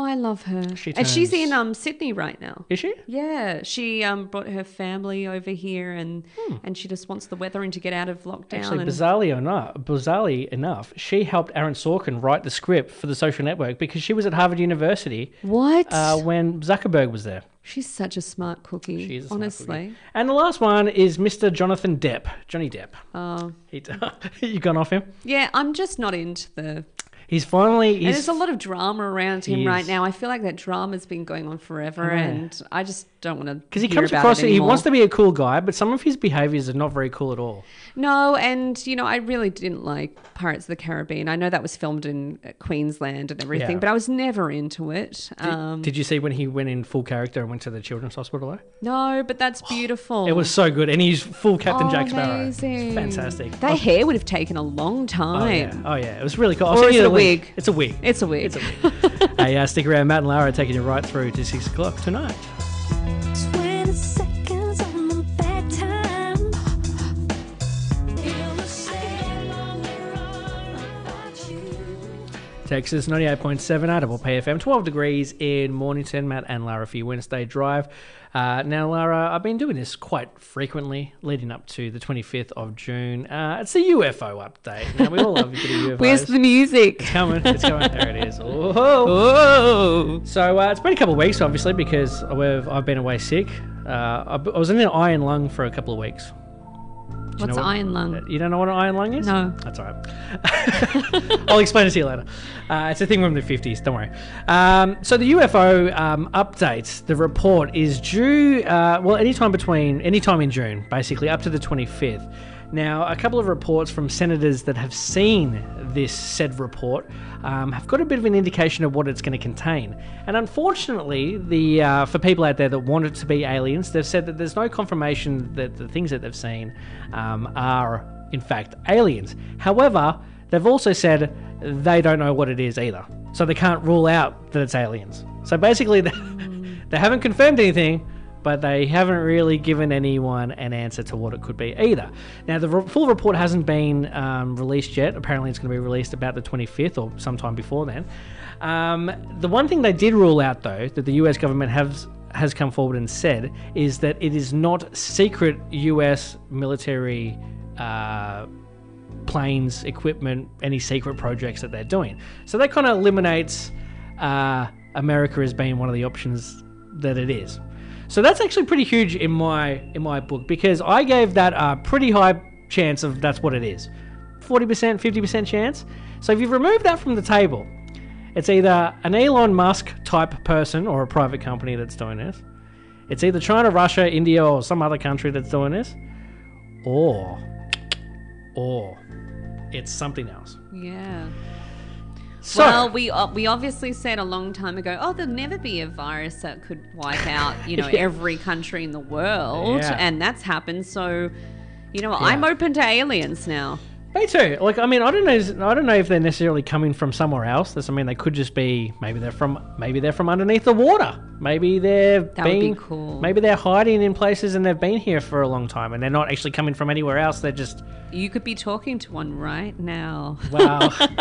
Oh, I love her.
She
and she's
turns-
in um, Sydney right now.
is she?
Yeah, she um, brought her family over here, and and she just wants the weather and to get out of lockdown.
Hmm. Actually,
and
bizarrely enough, bizarrely enough, she helped Aaron Sorkin write the script for The Social Network because she was at Harvard University
what?
uh, when Zuckerberg was there.
She's such a smart cookie.
She is a smart
honestly.
cookie. And the last one is Mr. Jonathan Depp. Johnny Depp.
Oh,
He, you gone off him?
yeah. I'm just not into the.
He's finally. He's,
and there's a lot of drama around him
He
right
is.
now. I feel like that drama's been going on forever, and I just don't want to.
Because he comes across, he wants to be a cool guy, but some of his behaviors are not very cool at all.
No, and you know, I really didn't like Pirates of the Caribbean. I know that was filmed in uh, Queensland and everything,
Yeah.
but I was never into it. Um,
Did you see when he went in full character and went to the children's hospital? Though?
no, but that's beautiful.
It was so good, and he's full Captain
Oh,
Jack Sparrow. It's
amazing.
Fantastic.
That hair would have taken a long
Oh,
time.
yeah. oh yeah, it was really cool. I'll
Or
send
is
you
it
the
a
link.
wig?
It's a wig.
It's a wig.
It's a wig. hey, uh, stick around. Matt and Lara are taking you right through to six o'clock tonight.
20 seconds on my bedtime.
Texas, 98.7 Audible Pay FM, 12 degrees in Mornington. Matt and Lara for your Wednesday drive. Uh, now, Lara, I've been doing this quite frequently leading up to the 25th of June. Uh, it's a UFO update. Now, we all love a bit of UFOs.
Where's the music?
coming. It's coming. There it is. Whoa. So uh, it's been a couple of weeks, obviously, because I've, I've been away sick. Uh, I, I was in an iron lung for a couple of weeks. you
What's
know what-
iron lung?
You don't know what an iron lung is?
No.
That's all right. I'll explain it to you later. Uh, it's a thing from the 50s, don't worry. Um, so, the UFO um, update, the report is due, uh, well, anytime between, anytime in June, basically, up to the 25th. Now, a couple of reports from senators that have seen this said report um, have got a bit of an indication of what it's going to contain. And unfortunately, the uh, for people out there that want it to be aliens, they've said that there's no confirmation that the things that they've seen um, are in fact, aliens. However, they've also said they don't know what it is either. So they can't rule out that it's aliens. So basically, they, they haven't confirmed anything, but they haven't really given anyone an answer to what it could be either. Now, the re- full report hasn't been um, released yet. Apparently, it's going to be released about the 25th or sometime before then. Um, the one thing they did rule out, though, that the US government has has come forward and said is that it is not secret US military uh, planes, equipment, any secret projects that they're doing. So that kind of eliminates uh, America as being one of the options that it is. So that's actually pretty huge in my in my book because I gave that a pretty high chance of that's what it is, forty percent, fifty percent chance. So if you remove that from the table, it's either an Elon Musk type person or a private company that's doing this. It's either China, Russia, India, or some other country that's doing this, or or it's something else.
Yeah.
So,
well, we o- we obviously said a long time ago, oh, there'll never be a virus that could wipe out, you know, every country in the world,
Yeah.
and that's happened. So, you know, what, I'm open to aliens now.
me too. Like, I mean, I don't know. I don't know if they're necessarily coming from somewhere else. That's, I mean, they could just be. Maybe they're from. Maybe they're from underneath the water. Maybe they're.
That would be
being-
cool.
Maybe they're hiding in places and they've been here for a long time and they're not actually coming from anywhere else. They're just.
You could be talking to one right now.
Wow.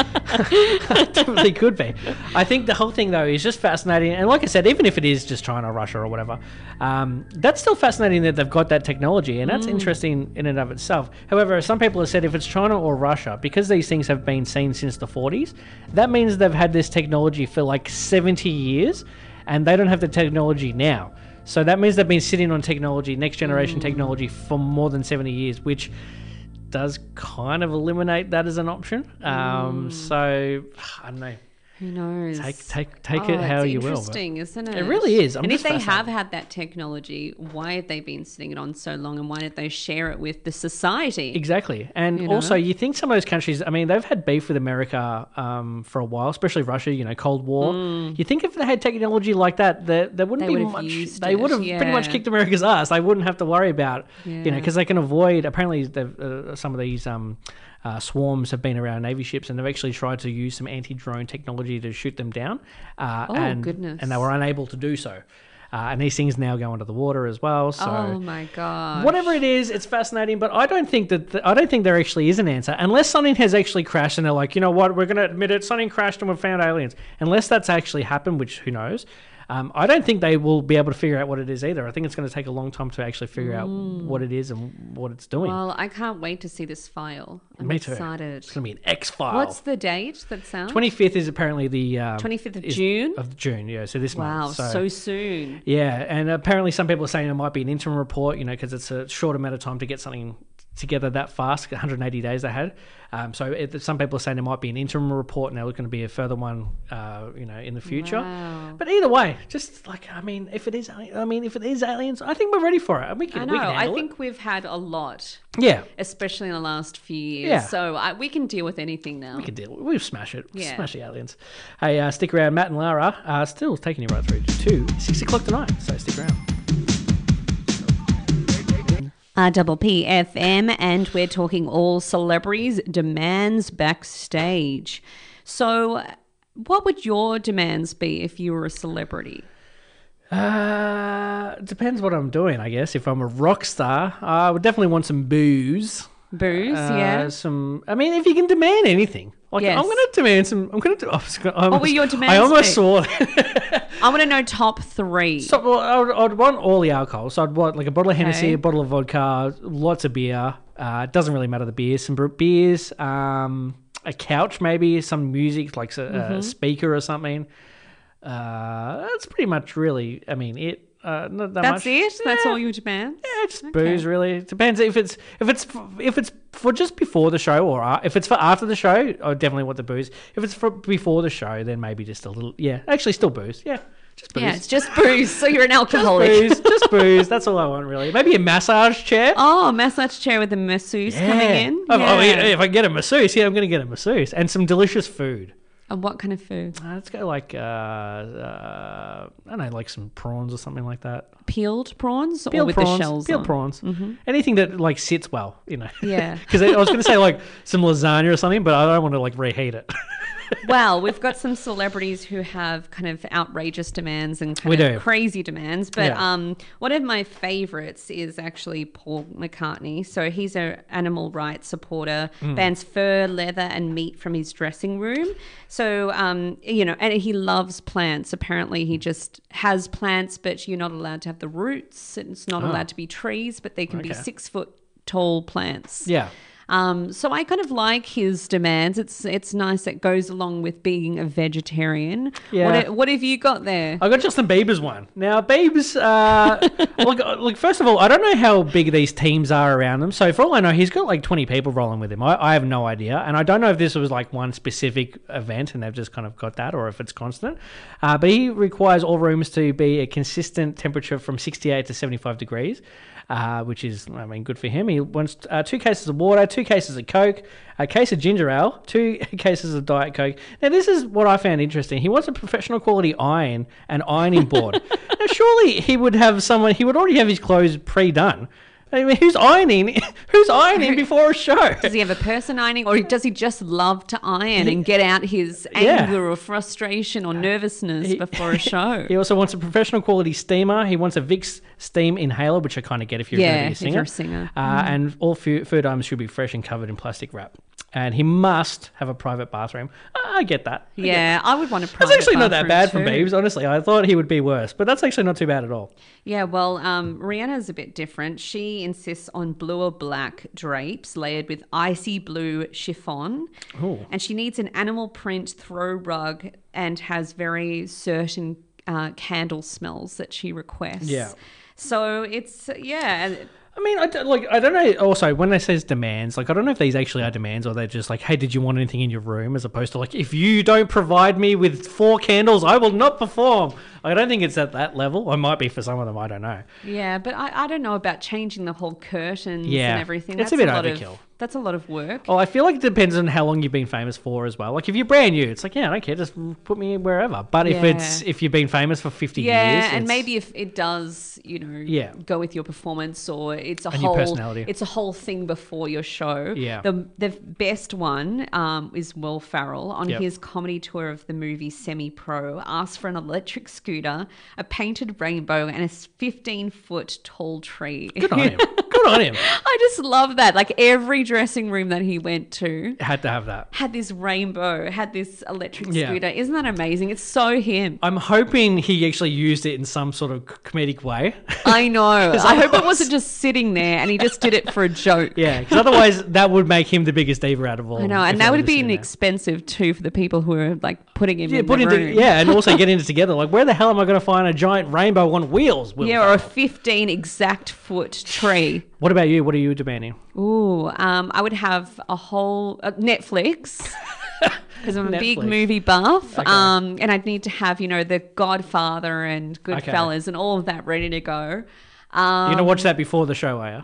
definitely could be. I think the whole thing, though, is just fascinating. And like I said, even if it is just China, Russia, or whatever, um, that's still fascinating that they've got that technology. And that's interesting in and of itself. However, some people have said if it's China or Russia, because these things have been seen since the 40s, that means they've had this technology for like 70 years and they don't have the technology now. So that means they've been sitting on technology, next generation technology, for more than 70 years, which does kind of eliminate that as an option. Um, So I don't know.
Who knows?
Take take take
Oh,
it how
it's
you will. but-
Interesting, isn't it?
It really is. I'm
and if
just
they have
fascinated.
had that technology, why have they been sitting it on so long, and why did they share it with the society?
Exactly. And
You
also,
know?
you think some of those countries, I mean, they've had beef with America um, for a while, especially Russia, you know, Cold War. You think if they had technology like that, there, there wouldn't
Mm. They
be
would've
much.
used
they
it,
would have pretty much
yeah.
kicked America's ass. They wouldn't have to worry about, you know,
Yeah.
because they can avoid. Apparently, they've, uh, some of these um, uh, swarms have been around Navy ships and they've actually tried to use some anti drone technology to shoot them down. Uh,
Oh,
and,
goodness.
And they were unable to do so. Uh, and these things now go into the water as well. So
Oh my god.
whatever it is, it's fascinating. But I don't think that th- I don't think there actually is an answer unless something has actually crashed and they're like, you know what, we're going to admit it, something crashed and we found aliens. Unless that's actually happened, which who knows. Um, I don't think they will be able to figure out what it is either. I think it's going to take a long time to actually figure out what it is and what it's doing.
Mm. Well, I can't wait to see this file. I'm
Me too.
excited.
It's going to be an X file.
What's the date that sounds?
Twenty fifth is apparently the um,
25th of
is-
June?
of June. Yeah, so this
Wow,
month.
so, soon.
Yeah, and apparently some people are saying it might be an interim report, you know, because it's a short amount of time to get something together that fast. 180 days they had. Um, so it, some people are saying it might be an interim report, and they're looking to be a further one, uh, you know, in the future.
Wow.
But either way, just like I mean, if it is, ali- I mean, if it is aliens, I think we're ready for it. We can,
I
we
know.
can
I
handle it.
think we've had a lot,
yeah,
especially in the last few years.
Yeah.
So I, we can deal with anything now.
we can deal. with it. We'll smash it.
Yeah.
Smash the aliens. Hey, uh, stick around, Matt and Lara. Uh, still taking you right through to six o'clock tonight. So stick around.
RPPFM, and we're talking all celebrities' demands backstage. So, what would your demands be if you were a celebrity?
Uh, depends what I'm doing, I guess. If I'm a rock star, I would definitely want some booze.
booze. yeah.
Uh, some. I mean, if you can demand anything, like
Yes.
I'm going to demand some. I'm going to. I was gonna- I almost-
were your
I
demands,
almost
Pete?
saw.
I want to know top three.
so, well, I would, I'd want all the alcohol. So I'd want like a bottle of Hennessy,
Okay.
a bottle of vodka, lots of beer. Uh, it doesn't really matter the beers. Some bre- beers, um, a couch maybe, some music like s- a,
Mm-hmm.
a speaker or something. Uh, that's pretty much really. I mean, it. Uh, not that
That's
much.
it. That's
Yeah.
all your demands.
Yeah, just booze really. It depends if it's if it's if it's for just before the show or a- if it's for after the show. I definitely want the booze. If it's for before the show, then maybe just a little. Yeah, actually, still booze. Yeah, just booze.
Yeah, it's just booze. So you're an alcoholic.
booze. just booze. That's all I want really. Maybe a massage chair.
Oh, massage chair with a masseuse coming in.
If- I mean,
Yeah.
if I get a masseuse, Oh, yeah, I'm gonna get a masseuse and some delicious food.
And what kind of food?
Uh, let's go like uh, uh, I don't know, like some prawns or something like that.
Peeled prawns or
Peeled
with
prawns,
the shells
peeled
on? Mm-hmm.
prawns, anything that like sits well, you know.
Yeah.
Because I was going to say like some lasagna or something, but I don't want to like reheat it.
Well, we've got some celebrities who have kind of outrageous demands and kind
We
of
do.
crazy demands. But
Yeah.
um, one of my favorites is actually Paul McCartney. So he's an animal rights supporter,
Hmm.
bans fur, leather, and meat from his dressing room. So, um, you know, and he loves plants. Apparently, he just has plants, but you're not allowed to have the roots. and It's not allowed to be trees, but they can be
Ah. Okay.
six foot tall plants.
yeah.
Um, so I kind of like his demands. It's it's nice. It goes along with being a vegetarian.
Yeah.
What, what have you got there?
I got Justin Bieber's one. Now, Bieber's, uh, look, look, first of all, I don't know how big these teams are around him. So, for all I know, he's got like 20 people rolling with him. I, I have no idea. And I don't know if this was like one specific event and they've just kind of got that or if it's constant. Uh, but he requires all rooms to be a consistent temperature from 68 to 75 degrees, uh, which is, I mean, good for him. He wants uh, two cases of water, two cases of Coke, a case of ginger ale, two cases of Diet Coke. Now, this is what I found interesting. He wants a professional quality iron and ironing board. now, surely he would have someone, he would already have his clothes pre done. I mean, who's ironing? Who's ironing before a show?
Does he have a person ironing, or does he just love to iron and get out his
Yeah.
anger or frustration or nervousness before a show?
He also wants a professional quality steamer. He wants a Vicks steam inhaler, which I kind of get if you're going to
Yeah,
be a
if
singer.
you're a singer.
Uh, And all food, food items should be fresh and covered in plastic wrap. And he must have a private bathroom. I I get that. I get that.
yeah, I would want to.
That's actually not that bad for Beebs, honestly. I thought he would be worse, but that's actually not too bad at all.
Yeah, well, um, Rihanna's a bit different. She insists on blue or black drapes layered with icy blue chiffon. And she needs an animal print throw rug and has very certain uh, candle smells that she requests.
Yeah.
So it's, yeah. and-
I mean, I don't, like I don't know. Also, when it says demands, like I don't know if these actually are demands or they're just like, hey, did you want anything in your room? As opposed to like, if you don't provide me with four candles, I will not perform. I don't think it's at that level. I might be for some of them. I don't know.
Yeah, but I, I don't know about changing the whole curtains
Yeah.
and everything.
It's
That's
a bit
lot
overkill.
Of, that's a lot of work.
Well, I feel like it depends on how long you've been famous for as well. Like if you're brand new, it's like yeah, I don't care, just put me wherever. But if
Yeah.
it's if you've been famous for 50
yeah,
years,
and
it's-
maybe if it does, you know,
Yeah.
go with your performance or it's a
And your
whole
personality.
it's a whole thing before your show.
Yeah.
The the best one um, is Will Farrell on
Yep.
his comedy tour of the movie Semi Pro asked for an electric scooter, a painted rainbow, and a 15 foot tall tree.
good on him. good on him.
I just love that. Like every dressing room that he went to.
Had to have that.
Had this rainbow, had this electric
Yeah.
scooter. Isn't that amazing? It's so him.
I'm hoping he actually used it in some sort of c- comedic way.
I know. I hope it
otherwise-
wasn't just sitting there and he just did it for a joke.
Yeah, because otherwise that would make him the biggest diva out of all.
I know,
if
and
they
that
were
would
just
be
in
an
there.
expensive too for the people who are like putting him
Yeah,
in
put
the
into
room.
yeah, and also getting it together. Like, where the hell am I going to find a giant rainbow on wheels? Will
yeah, or a
Ferrell?
fifteen exact foot tree.
what about you? What are you demanding?
Ooh, um, I would have a whole uh, Netflix because I'm a big
Netflix.
movie buff. Um, and I'd need to have you know the Godfather and Goodfellas and all of that ready to go. Um,
You're going to watch that before the show, are you?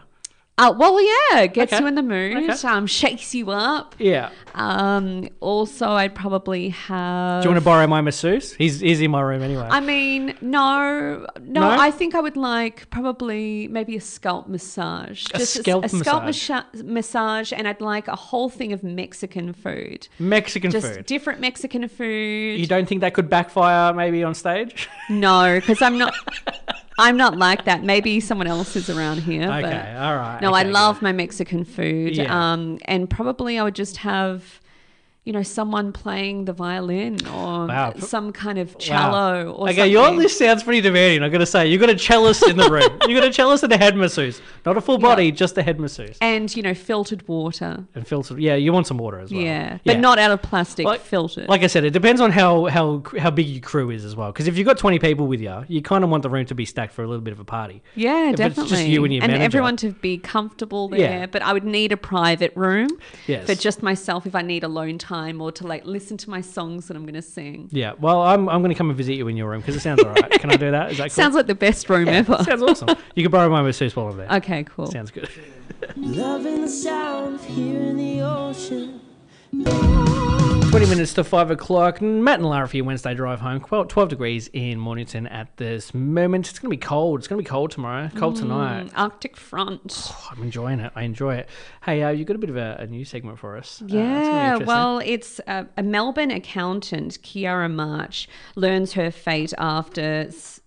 uh, well, yeah, it gets
Okay.
you in the mood,
Okay.
um, shakes you up.
Yeah.
Um, also, I'd probably have.
Do you want to borrow my masseuse? He's, he's in my room anyway.
I mean, no, no,
No?
I think I would like probably maybe a scalp massage.
A
s-
scalp
a scalp
massage.
massa- massage, and I'd like a whole thing of Mexican food.
Mexican
Just
food.
different Mexican food.
you don't think that could backfire maybe on stage?
No, because I'm not. I'm not like that. Maybe someone else is around here.
Okay,
but-
all right,
No, I
okay,
love my Mexican food.
Yeah.
Um, and probably I would just have, you know, someone playing the violin or
Wow.
some kind of
Wow.
cello or
okay,
something.
your list sounds pretty demanding. I gotta say, you got a cellist in the room. you got a cellist and a head masseuse, not a full body, just a head masseuse
and you know, filtered water.
and filtered. Yeah, you want some water as well.
Yeah, but not out of plastic,
Like-
filtered.
Like I said, it depends on how how how big your crew is as well. Because if you've got twenty people with you, you kind of want the room to be stacked for a little bit of a party.
yeah,
if it's
definitely.
just you and your manager.
everyone to be comfortable there.
Yeah.
But I would need a private room
Yes.
for just myself if I need alone time or to like listen to my songs that I'm going to sing.
Yeah. Well, I'm I'm gonna come and visit you in your room because it sounds alright. Can I do that? Is that cool?
Sounds like the best room ever.
sounds awesome. You can borrow my masseuse while I'm there.
Okay, cool.
Sounds good.
Loving the sound of hearing the ocean.
20 minutes to 5 o'clock. Matt and Lara for your Wednesday drive home. 12, 12 degrees in Mornington at this moment. It's going to be cold. It's going to be cold tomorrow.
Mm.
Cold tonight.
Arctic front.
Oh, I'm enjoying it. I enjoy it. Hey, uh, you got a bit of a, a new segment for us. Uh, it's gonna be
Yeah,
interesting.
well, it's uh, a Melbourne accountant, Kiara March, learns her fate after. s-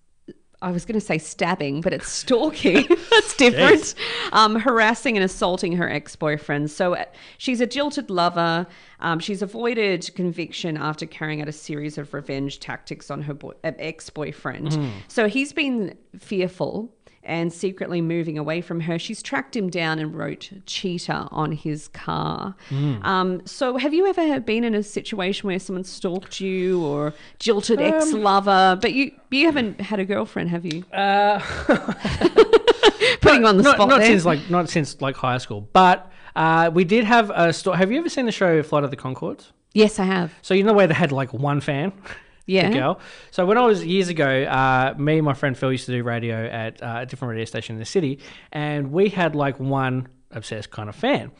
I was going to say stabbing, but it's stalking. That's different. Um, harassing and assaulting her ex boyfriend. So uh, she's a jilted lover. Um, she's avoided conviction after carrying out a series of revenge tactics on her boy- ex boyfriend.
Hmm.
So he's been fearful and secretly moving away from her. She's tracked him down and wrote cheetah on his car.
Hmm.
Um, so have you ever been in a situation where someone stalked you or
Um,
jilted ex-lover, but you you haven't had a girlfriend, have you? Uh, Putting you on the
not,
spot
not
there.
since like not since like high school, but uh, we did have a store. Have you ever seen the show Flight of the Concords?
yes, I have.
So you know where they had like one fan,
Yeah.
the girl. So when I was years ago, uh, me and my friend Phil used to do radio at uh, a different radio station in the city, and we had like one obsessed kind of fan,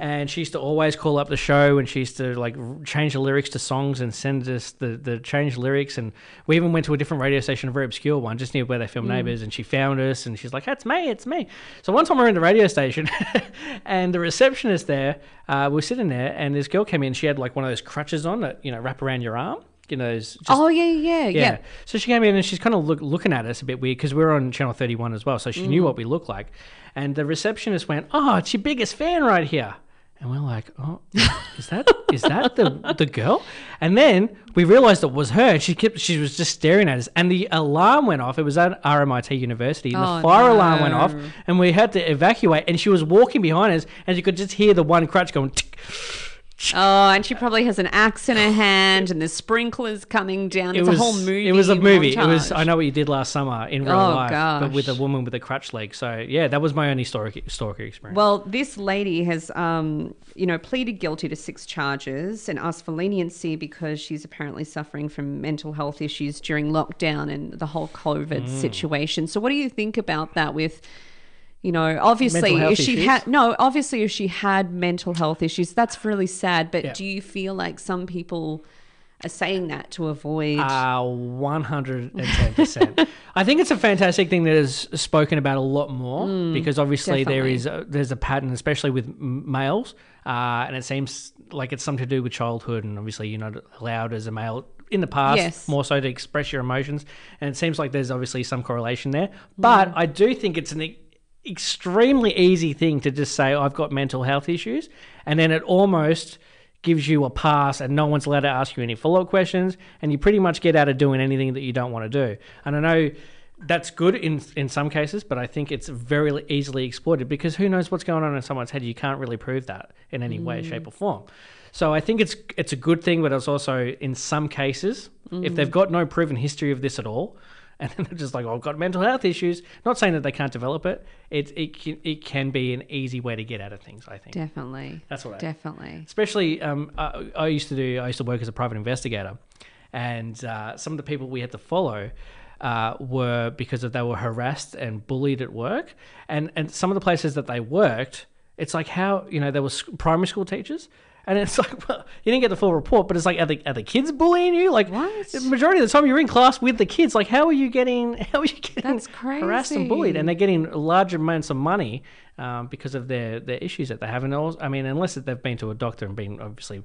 and she used to always call up the show, and she used to like r- change the lyrics to songs and send us the the changed lyrics, and we even went to a different radio station, a very obscure one, just near where they film Neighbours, and she found us, and she's like, "That's me, it's me." So one time we we're in the radio station, and the receptionist there, uh, we we're sitting there, and this girl came in, she had like one of those crutches on that you know wrap around your arm. You know, those just
oh yeah, yeah, yeah.
yeah. So she came in and she's kind of look, looking at us a bit weird because we are on Channel 31 as well. So she
Mm.
knew what we looked like. And the receptionist went, Oh, it's your biggest fan right here. And we're like, Oh, is that is that the, the girl? And then we realized it was her. She kept she was just staring at us. And the alarm went off. It was at RMIT University. And
Oh,
the fire alarm went off
no.
and we had to evacuate. And she was walking behind us and you could just hear the one crutch going tick.
Oh, and she probably has an axe in her hand, and there's sprinklers coming down. It's a whole movie.
It was a movie. It was
montage.
I know what you did last summer in real
Oh,
life, but with a
gosh.
woman with a crutch leg. So yeah, that was my only stalker, stalker experience.
Well, this lady has, um, you know, pleaded guilty to six charges and asked for leniency because she's apparently suffering from mental health issues during lockdown and the whole
Mm.
COVID situation. So, what do you think about that? With you know, obviously,
Mental health
if she
issues?
had no, obviously, if she had mental health issues, that's really sad. But
Yeah.
do you feel like some people are saying that to avoid?
Uh, 110%. I think it's a fantastic thing that is spoken about a lot more
Mm,
because obviously there
definitely.
is a, there's a pattern, especially with m- males, uh, and it seems like it's something to do with childhood, and obviously you're not allowed as a male in the past
Yes.
more so to express your emotions, and it seems like there's obviously some correlation there. But I do think it's an e- extremely easy thing to just say I've got mental health issues, and then it almost gives you a pass and no one's allowed to ask you any follow-up questions and you pretty much get out of doing anything that you don't want to do and i know that's good in in some cases but i think it's very easily exploited because who knows what's going on in someone's head you can't really prove that in any way shape or form so i think it's it's a good thing but it's also in some cases if they've got no proven history of this at all and then they're just like, oh, I've got mental health issues. Not saying that they can't develop it. It it can, it can be an easy way to get out of things. I think
definitely.
that's what I
Definitely.
especially um, I, I used to do I used to work as a private investigator, and uh, some of the people we had to follow uh, were because of they were harassed and bullied at work, and and some of the places that they worked, it's like how you know there were sc- primary school teachers. And it's like, well, you didn't get the full report, but it's like, are the, are the kids bullying you? Like,
What?
the majority of the time you're in class with the kids. Like, how are you getting, how are you getting
That's
harassed and bullied?
crazy.
And they're getting large amounts of money um, because of their, their issues that they have. And also, I mean, unless they've been to a doctor and been obviously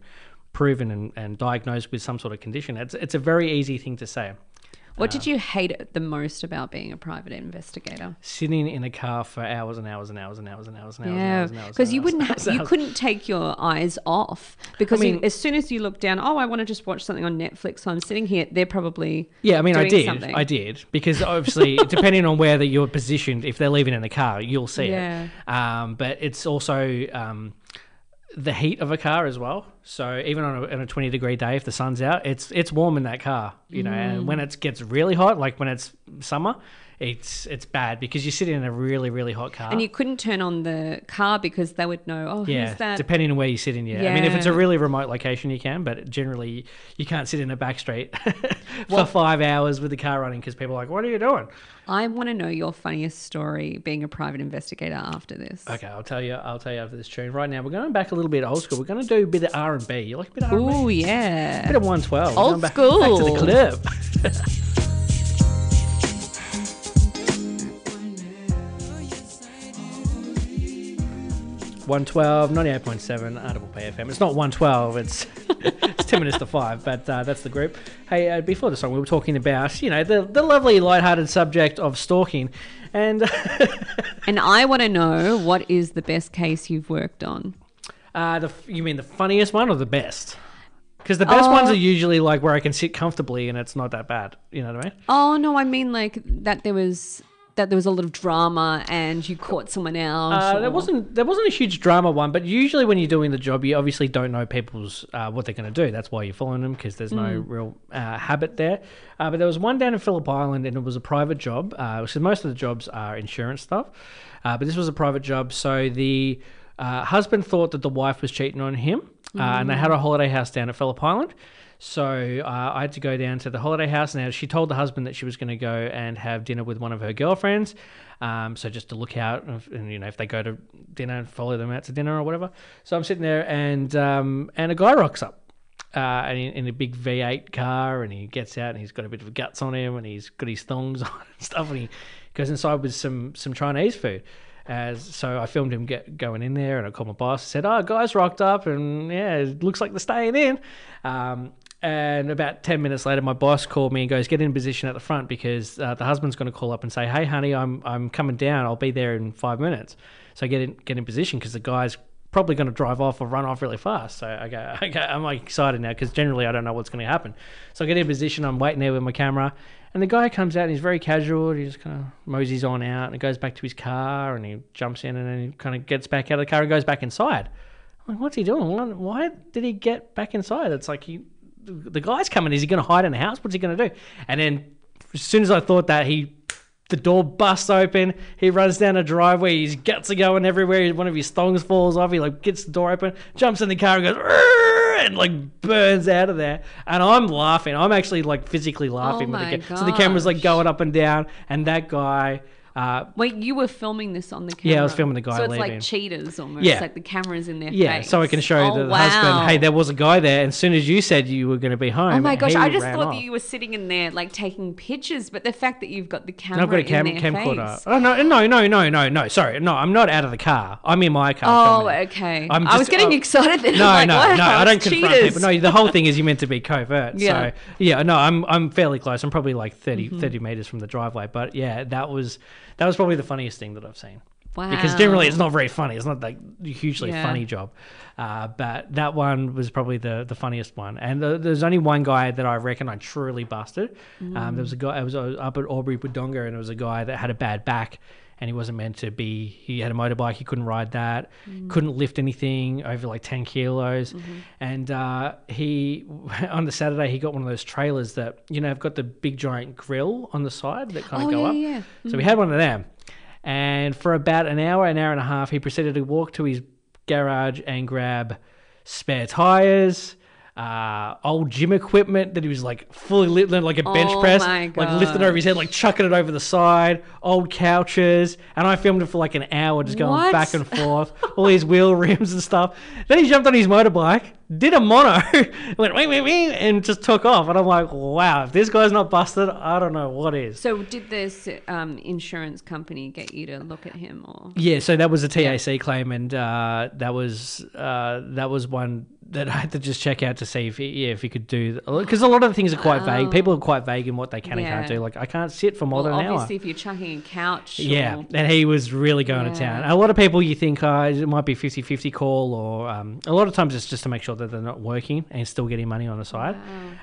proven and, and diagnosed with some sort of condition, it's, it's a very easy thing to say.
What did you hate the most about being a private investigator?
Sitting in a car for hours and hours and hours and hours and hours and hours. and
Yeah,
hours and hours
because
and
you
hours
wouldn't,
and
ha-
hours and
you
hours.
couldn't take your eyes off because you-
mean-
as soon as you look down, oh, I want to just watch something on Netflix. So I'm sitting here. They're probably
Yeah, I mean, I
doing
did.
something.
I did because obviously, depending on where that you're positioned, if they're leaving in the car, you'll see
Yeah.
it. Um, but it's also um, the heat of a car as well. So even on a, on a 20 degree day, if the sun's out, it's it's warm in that car, you know. And
Mm.
when it gets really hot, like when it's summer, it's it's bad because you're sitting in a really really hot car.
and you couldn't turn on the car because they would know. Oh,
yeah,
who's that?
depending on where you sit in. Yeah. I mean, if it's a
Yeah.
really remote location, you can, but generally you can't sit in a back street for five hours with the car running because people are like, "What are you doing?"
I want to know your funniest story being a private investigator after this.
Okay, I'll tell you. I'll tell you after this tune. Right now, we're going back a little bit old school. We're going to do a bit of R and B. You like a bit of R and B?
Ooh,
Bit
yeah.
of 112. We're
Old
going back, Back to the
school.
club. One twelve, ninety-eight point seven, Audible PFM. It's not one twelve. It's it's ten minutes to five, but uh, that's the group. Hey, uh, before the song, we were talking about you know the the lovely light-hearted subject of stalking, and.
And I want to know what is the best case you've worked on?
Uh, the f- you mean the funniest one or the best? Because the best ones are usually like where I can sit comfortably and it's not that bad. You know what I mean?
Oh no, I mean like that there was that there was a lot of drama and you caught someone out.
Uh,
or-
there wasn't there wasn't a huge drama one, but usually when you're doing the job, you obviously don't know people's uh, what they're going to do. That's why you're following them because there's no real uh, habit there. Uh, but there was one down in Phillip Island, and it was a private job. Uh, so most of the jobs are insurance stuff, uh, but this was a private job. So the uh, husband thought that the wife was cheating on him, uh, and they had a holiday house down at Phillip Island. So uh, I had to go down to the holiday house. Now she told the husband that she was going to go and have dinner with one of her girlfriends. Um, so just to look out, and, and you know if they go to dinner and follow them out to dinner or whatever. So I'm sitting there, and um, and a guy rocks up. Uh, and in, in a big V8 car, and he gets out, and he's got a bit of guts on him, and he's got his thongs on and stuff, and he goes inside with some some Chinese food. As so, I filmed him get, going in there, and I called my boss. Said, "Oh, guys, rocked up, and yeah, it looks like they're staying in." Um, and about ten minutes later, my boss called me and goes, "Get in position at the front because uh, the husband's going to call up and say, hey, honey, I'm I'm coming down. I'll be there in five minutes.' So get in get in position because the guy's probably going to drive off or run off really fast. So I go, okay, I'm like excited now because generally I don't know what's going to happen. So I get in position. I'm waiting there with my camera, and the guy comes out and he's very casual. And he just kind of moseys on out and goes back to his car and he jumps in and then he kind of gets back out of the car and goes back inside. I'm like, what's he doing? Why, why did he get back inside? It's like he, the guy's coming. Is he going to hide in the house? What's he going to do? And then as soon as I thought that, he, the door busts open. He runs down a driveway. His guts are going everywhere. One of his thongs falls off. He like gets the door open, jumps in the car, and goes. "Arr!" And like burns out of there, and I'm laughing. I'm actually like physically laughing. with
Oh my
the ca- So the camera's like
gosh.
going up and down, and that guy, uh,
Wait, you were filming this on the camera.
Yeah, I was filming the guy
So it's
leaving.
like cheaters almost.
Yeah.
Like the camera's in their
Yeah,
face.
so I can show
Oh,
the
wow.
husband, hey, there was a guy there. And as soon as you said you were going to be home,
Oh my gosh!
he
I just
ran
thought
off.
that you were sitting in there like taking pictures, but the fact that you've got the
And
camera
I've got a cam-
in their
camcorder.
face.
Oh no, no, no, no, no, no! Sorry, no, I'm not out of the car. I'm in my car.
Oh,
filming.
okay.
I'm
I
just-
was getting
oh,
excited then.
No,
I'm like,
no,
wow,
no! I don't confront
cheaters.
people. No, the whole thing is you're meant to be covert.
Yeah. Mm-hmm.
So yeah, no, I'm I'm fairly close. I'm probably like 30, 30 meters from the driveway. But yeah, that was that was probably the funniest thing that I've seen.
wow.
because generally it's not very funny. It's not like a hugely
Yeah.
funny job, uh, but that one was probably the the funniest one. And the, there's only one guy that I reckon I truly busted. Um, there was a guy. I was, I was up at Aubrey Wodonga, and it was a guy that had a bad back. And he wasn't meant to be. He had a motorbike. He couldn't ride that. Couldn't lift anything over like ten kilos. And uh, he on the Saturday he got one of those trailers that you know have got the big giant grill on the side that kind of
Oh,
go
yeah,
up.
yeah.
So we had one of them. And for about an hour, an hour and a half, he proceeded to walk to his garage and grab spare tires, uh, old gym equipment that he was like fully lit, like a bench
Oh
press,
my
like lifting over his head, like chucking it over the side, old couches. And I filmed it for like an hour just going
What?
back and forth, all these wheel rims and stuff. Then he jumped on his motorbike, did a mono, went wing, wing, wing, and just took off. And I'm like, wow, if this guy's not busted, I don't know what is.
So did this um, insurance company get you to look at him or?
Yeah, so that was a TAC claim, and uh, that was uh, that was one that I had to just check out to see if he, yeah if he could do because a lot of the things are quite vague. People are quite vague in what they can and can't
Oh. Yeah.
do. Like I can't sit for more
Well,
than an hour.
obviously, if you're chucking a couch,
Yeah,
or-
and he was really going to
Yeah.
town. A lot of people you think oh, it might be 50 50 call, or um, a lot of times it's just to make sure that they're not working and still getting money on the side.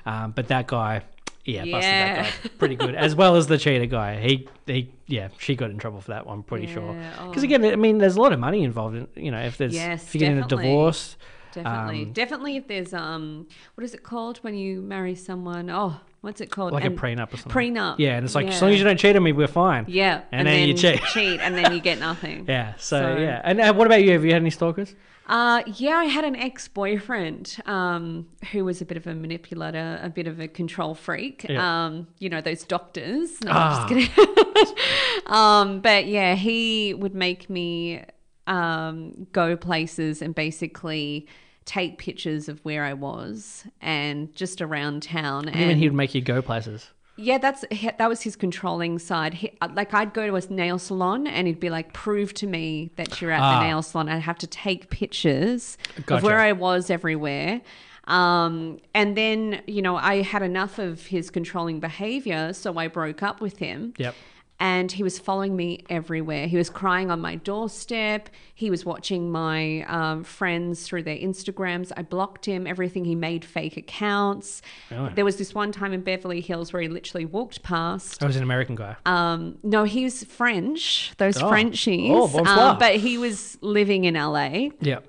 Um, but that guy, yeah, busted
Yeah.
that guy pretty good, as well as the cheater guy. He, he, yeah, she got in trouble for that one, I'm pretty sure.
Yeah,
Because
oh.
again, I mean, there's a lot of money involved in, you know, if there's,
Yes,
if you're getting a
definitely.
divorce.
Definitely,
Um,
definitely. If there's um, what is it called when you marry someone? Oh, what's it called?
Like a
And-
prenup or something.
Prenup.
Yeah, and it's like,
Yeah.
as long as you don't cheat on me, we're fine.
Yeah,
And, then, you cheat.
cheat, and then you get nothing.
yeah, so,
So-
yeah. And uh, what about you? Have you had any stalkers?
Uh, yeah, I had an ex boyfriend um, who was a bit of a manipulator, a bit of a control freak.
Yeah.
Um, you know, those doctors. No,
Ah.
I'm just kidding. um, but yeah, he would make me um, go places and basically take pictures of where I was and just around town.
I mean,
and
he would make you go places.
yeah, that's he- that was his controlling side. He, uh, like I'd go to a nail salon and he'd be like, "Prove to me that you're at
Ah.
the nail salon." I'd have to take pictures of
Gotcha.
where I was everywhere. Um, and then you know I had enough of his controlling behavior, so I broke up with him.
Yep.
And he was following me everywhere. He was crying on my doorstep. He was watching my um, friends through their Instagrams. I blocked him, everything. He made fake accots.
Really?
There was this one time in Beverly Hills where he literally walked past.
I was an American guy.
Um, no, he was French, those
Oh.
Frenchies.
Oh, bonsoir.
Um, but he was living in LA.
yeah.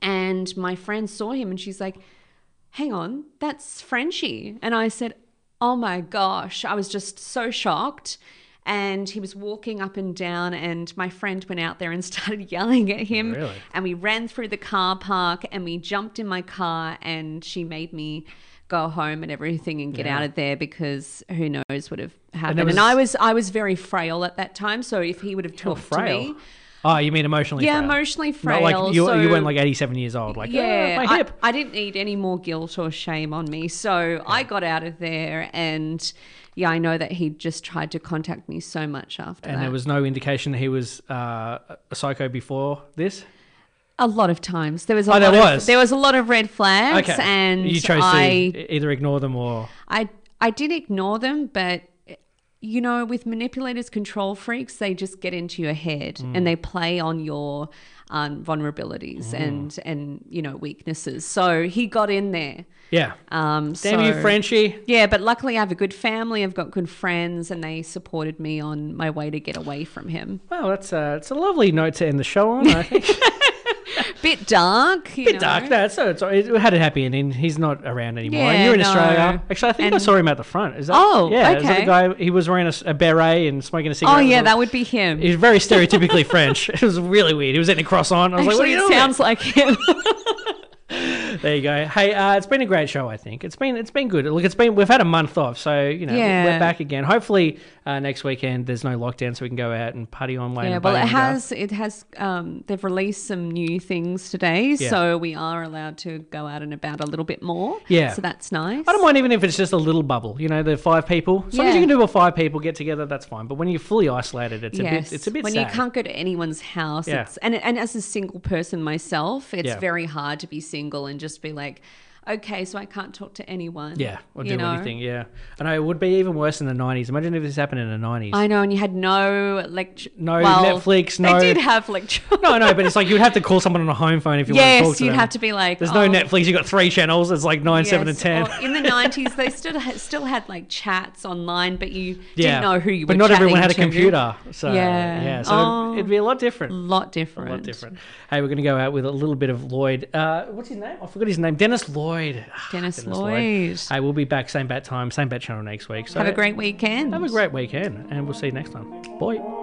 And my friend saw him and she's like, hang on, that's Frenchie. And I said, oh my gosh. I was just so shocked. And he was walking up and down, and my friend went out there and started yelling at him.
Really?
And we ran through the car park and we jumped in my car, and she made me go home and everything and get
Yeah.
out of there because who knows what would have happened.
was-
And I was I was very frail at that time, so if he would have talked to
frail.
me,
Oh, you mean emotionally?
Yeah,
frail.
emotionally
Not
frail,
like you, you
so-
weren't like 87 years old. Like, yeah,
yeah,
my
I,
hip.
I didn't need any more guilt or shame on me. So I got out of there. And yeah, I know that he just tried to contact me so much after
and
that.
there was no indication he was uh, a psycho before this.
a lot of times. There was a
Oh,
lot
there
of-
was?
there was a lot of red flags.
Okay,
And
you chose
I,
to e- either ignore them or
I, I did ignore them, but. You know, with manipulators, control freaks, they just get into your head
Mm.
and they play on your um, vulnerabilities and and you know weaknesses. So he got in there.
yeah.
Um,
Damn you,
so-
Frenchie.
Yeah, but luckily I have a good family. I've got good friends, and they supported me on my way to get away from him.
Well, that's uh, it's a lovely note to end the show on. I think.
Bit dark. You
Bit
know.
dark. That's so. It's, it had a happy ending. He's not around anymore. and
Yeah,
you're in
no.
Australia. Actually, I think I
And-
saw him at the front. Is that?
Oh,
yeah. Is that the
okay.
guy? He was wearing a, s- a beret and smoking a cigarette.
Oh
with
yeah,
a-
that would be him.
He was very stereotypically French. It was really weird. He was in a cross on. I was
Actually,
like, what are you
it
doing?
sounds like him.
There you go. Hey, uh, it's been a great show. I think it's been it's been good. Look, it's been we've had a month off, so you know
Yeah.
we're back again. Hopefully uh, next weekend there's no lockdown, so we can go out and party online.
yeah,
and
well,
party
it
on the go.
has. It has. Um, they've released some new things today, so we are allowed to go out and about a little bit more.
Yeah.
so that's nice.
I don't mind even if it's just a little bubble. You know, the five people. As long as you
Yeah.
can do a five people get together, that's fine. But when you're fully isolated, it's a
Yes,
bit it's a bit
when
sad.
you can't go to anyone's house.
Yeah.
It's, and and as a single person myself, it's
Yeah.
very hard to be single and just be like, okay, so I can't talk to anyone.
yeah, or
you
do
know?
anything. Yeah, I know it would be even worse in the '90s. Imagine if this happened in the '90s.
I know, and you had no lecture.
No Netflix, no-
They did have lecture.
no, no, but it's like you'd have to call someone on a home phone if you want to talk
yes,
to
you'd
them.
have to be like.
There's
oh,
no Netflix. You got three channels. It's like nine, seven, and
yes.
ten.
Or in the nineties, they still had, still had like chats online, but you
yeah.
didn't know who you
But
were.
not everyone
chatting
had a
to.
computer. So yeah,
Yeah.
so
Oh.
it'd, it'd be a lot different.
A lot
A
different.
lot different. Hey, we're going to go out with a little bit of Lloyd. Uh, what's his name? I forgot his name. Dennis Lloyd. Ah,
Dennis Lloyd.
Hey, we'll be back same bat time, same bat channel next week. So
Have a great weekend.
have a great weekend, and we'll see you next time. Bye.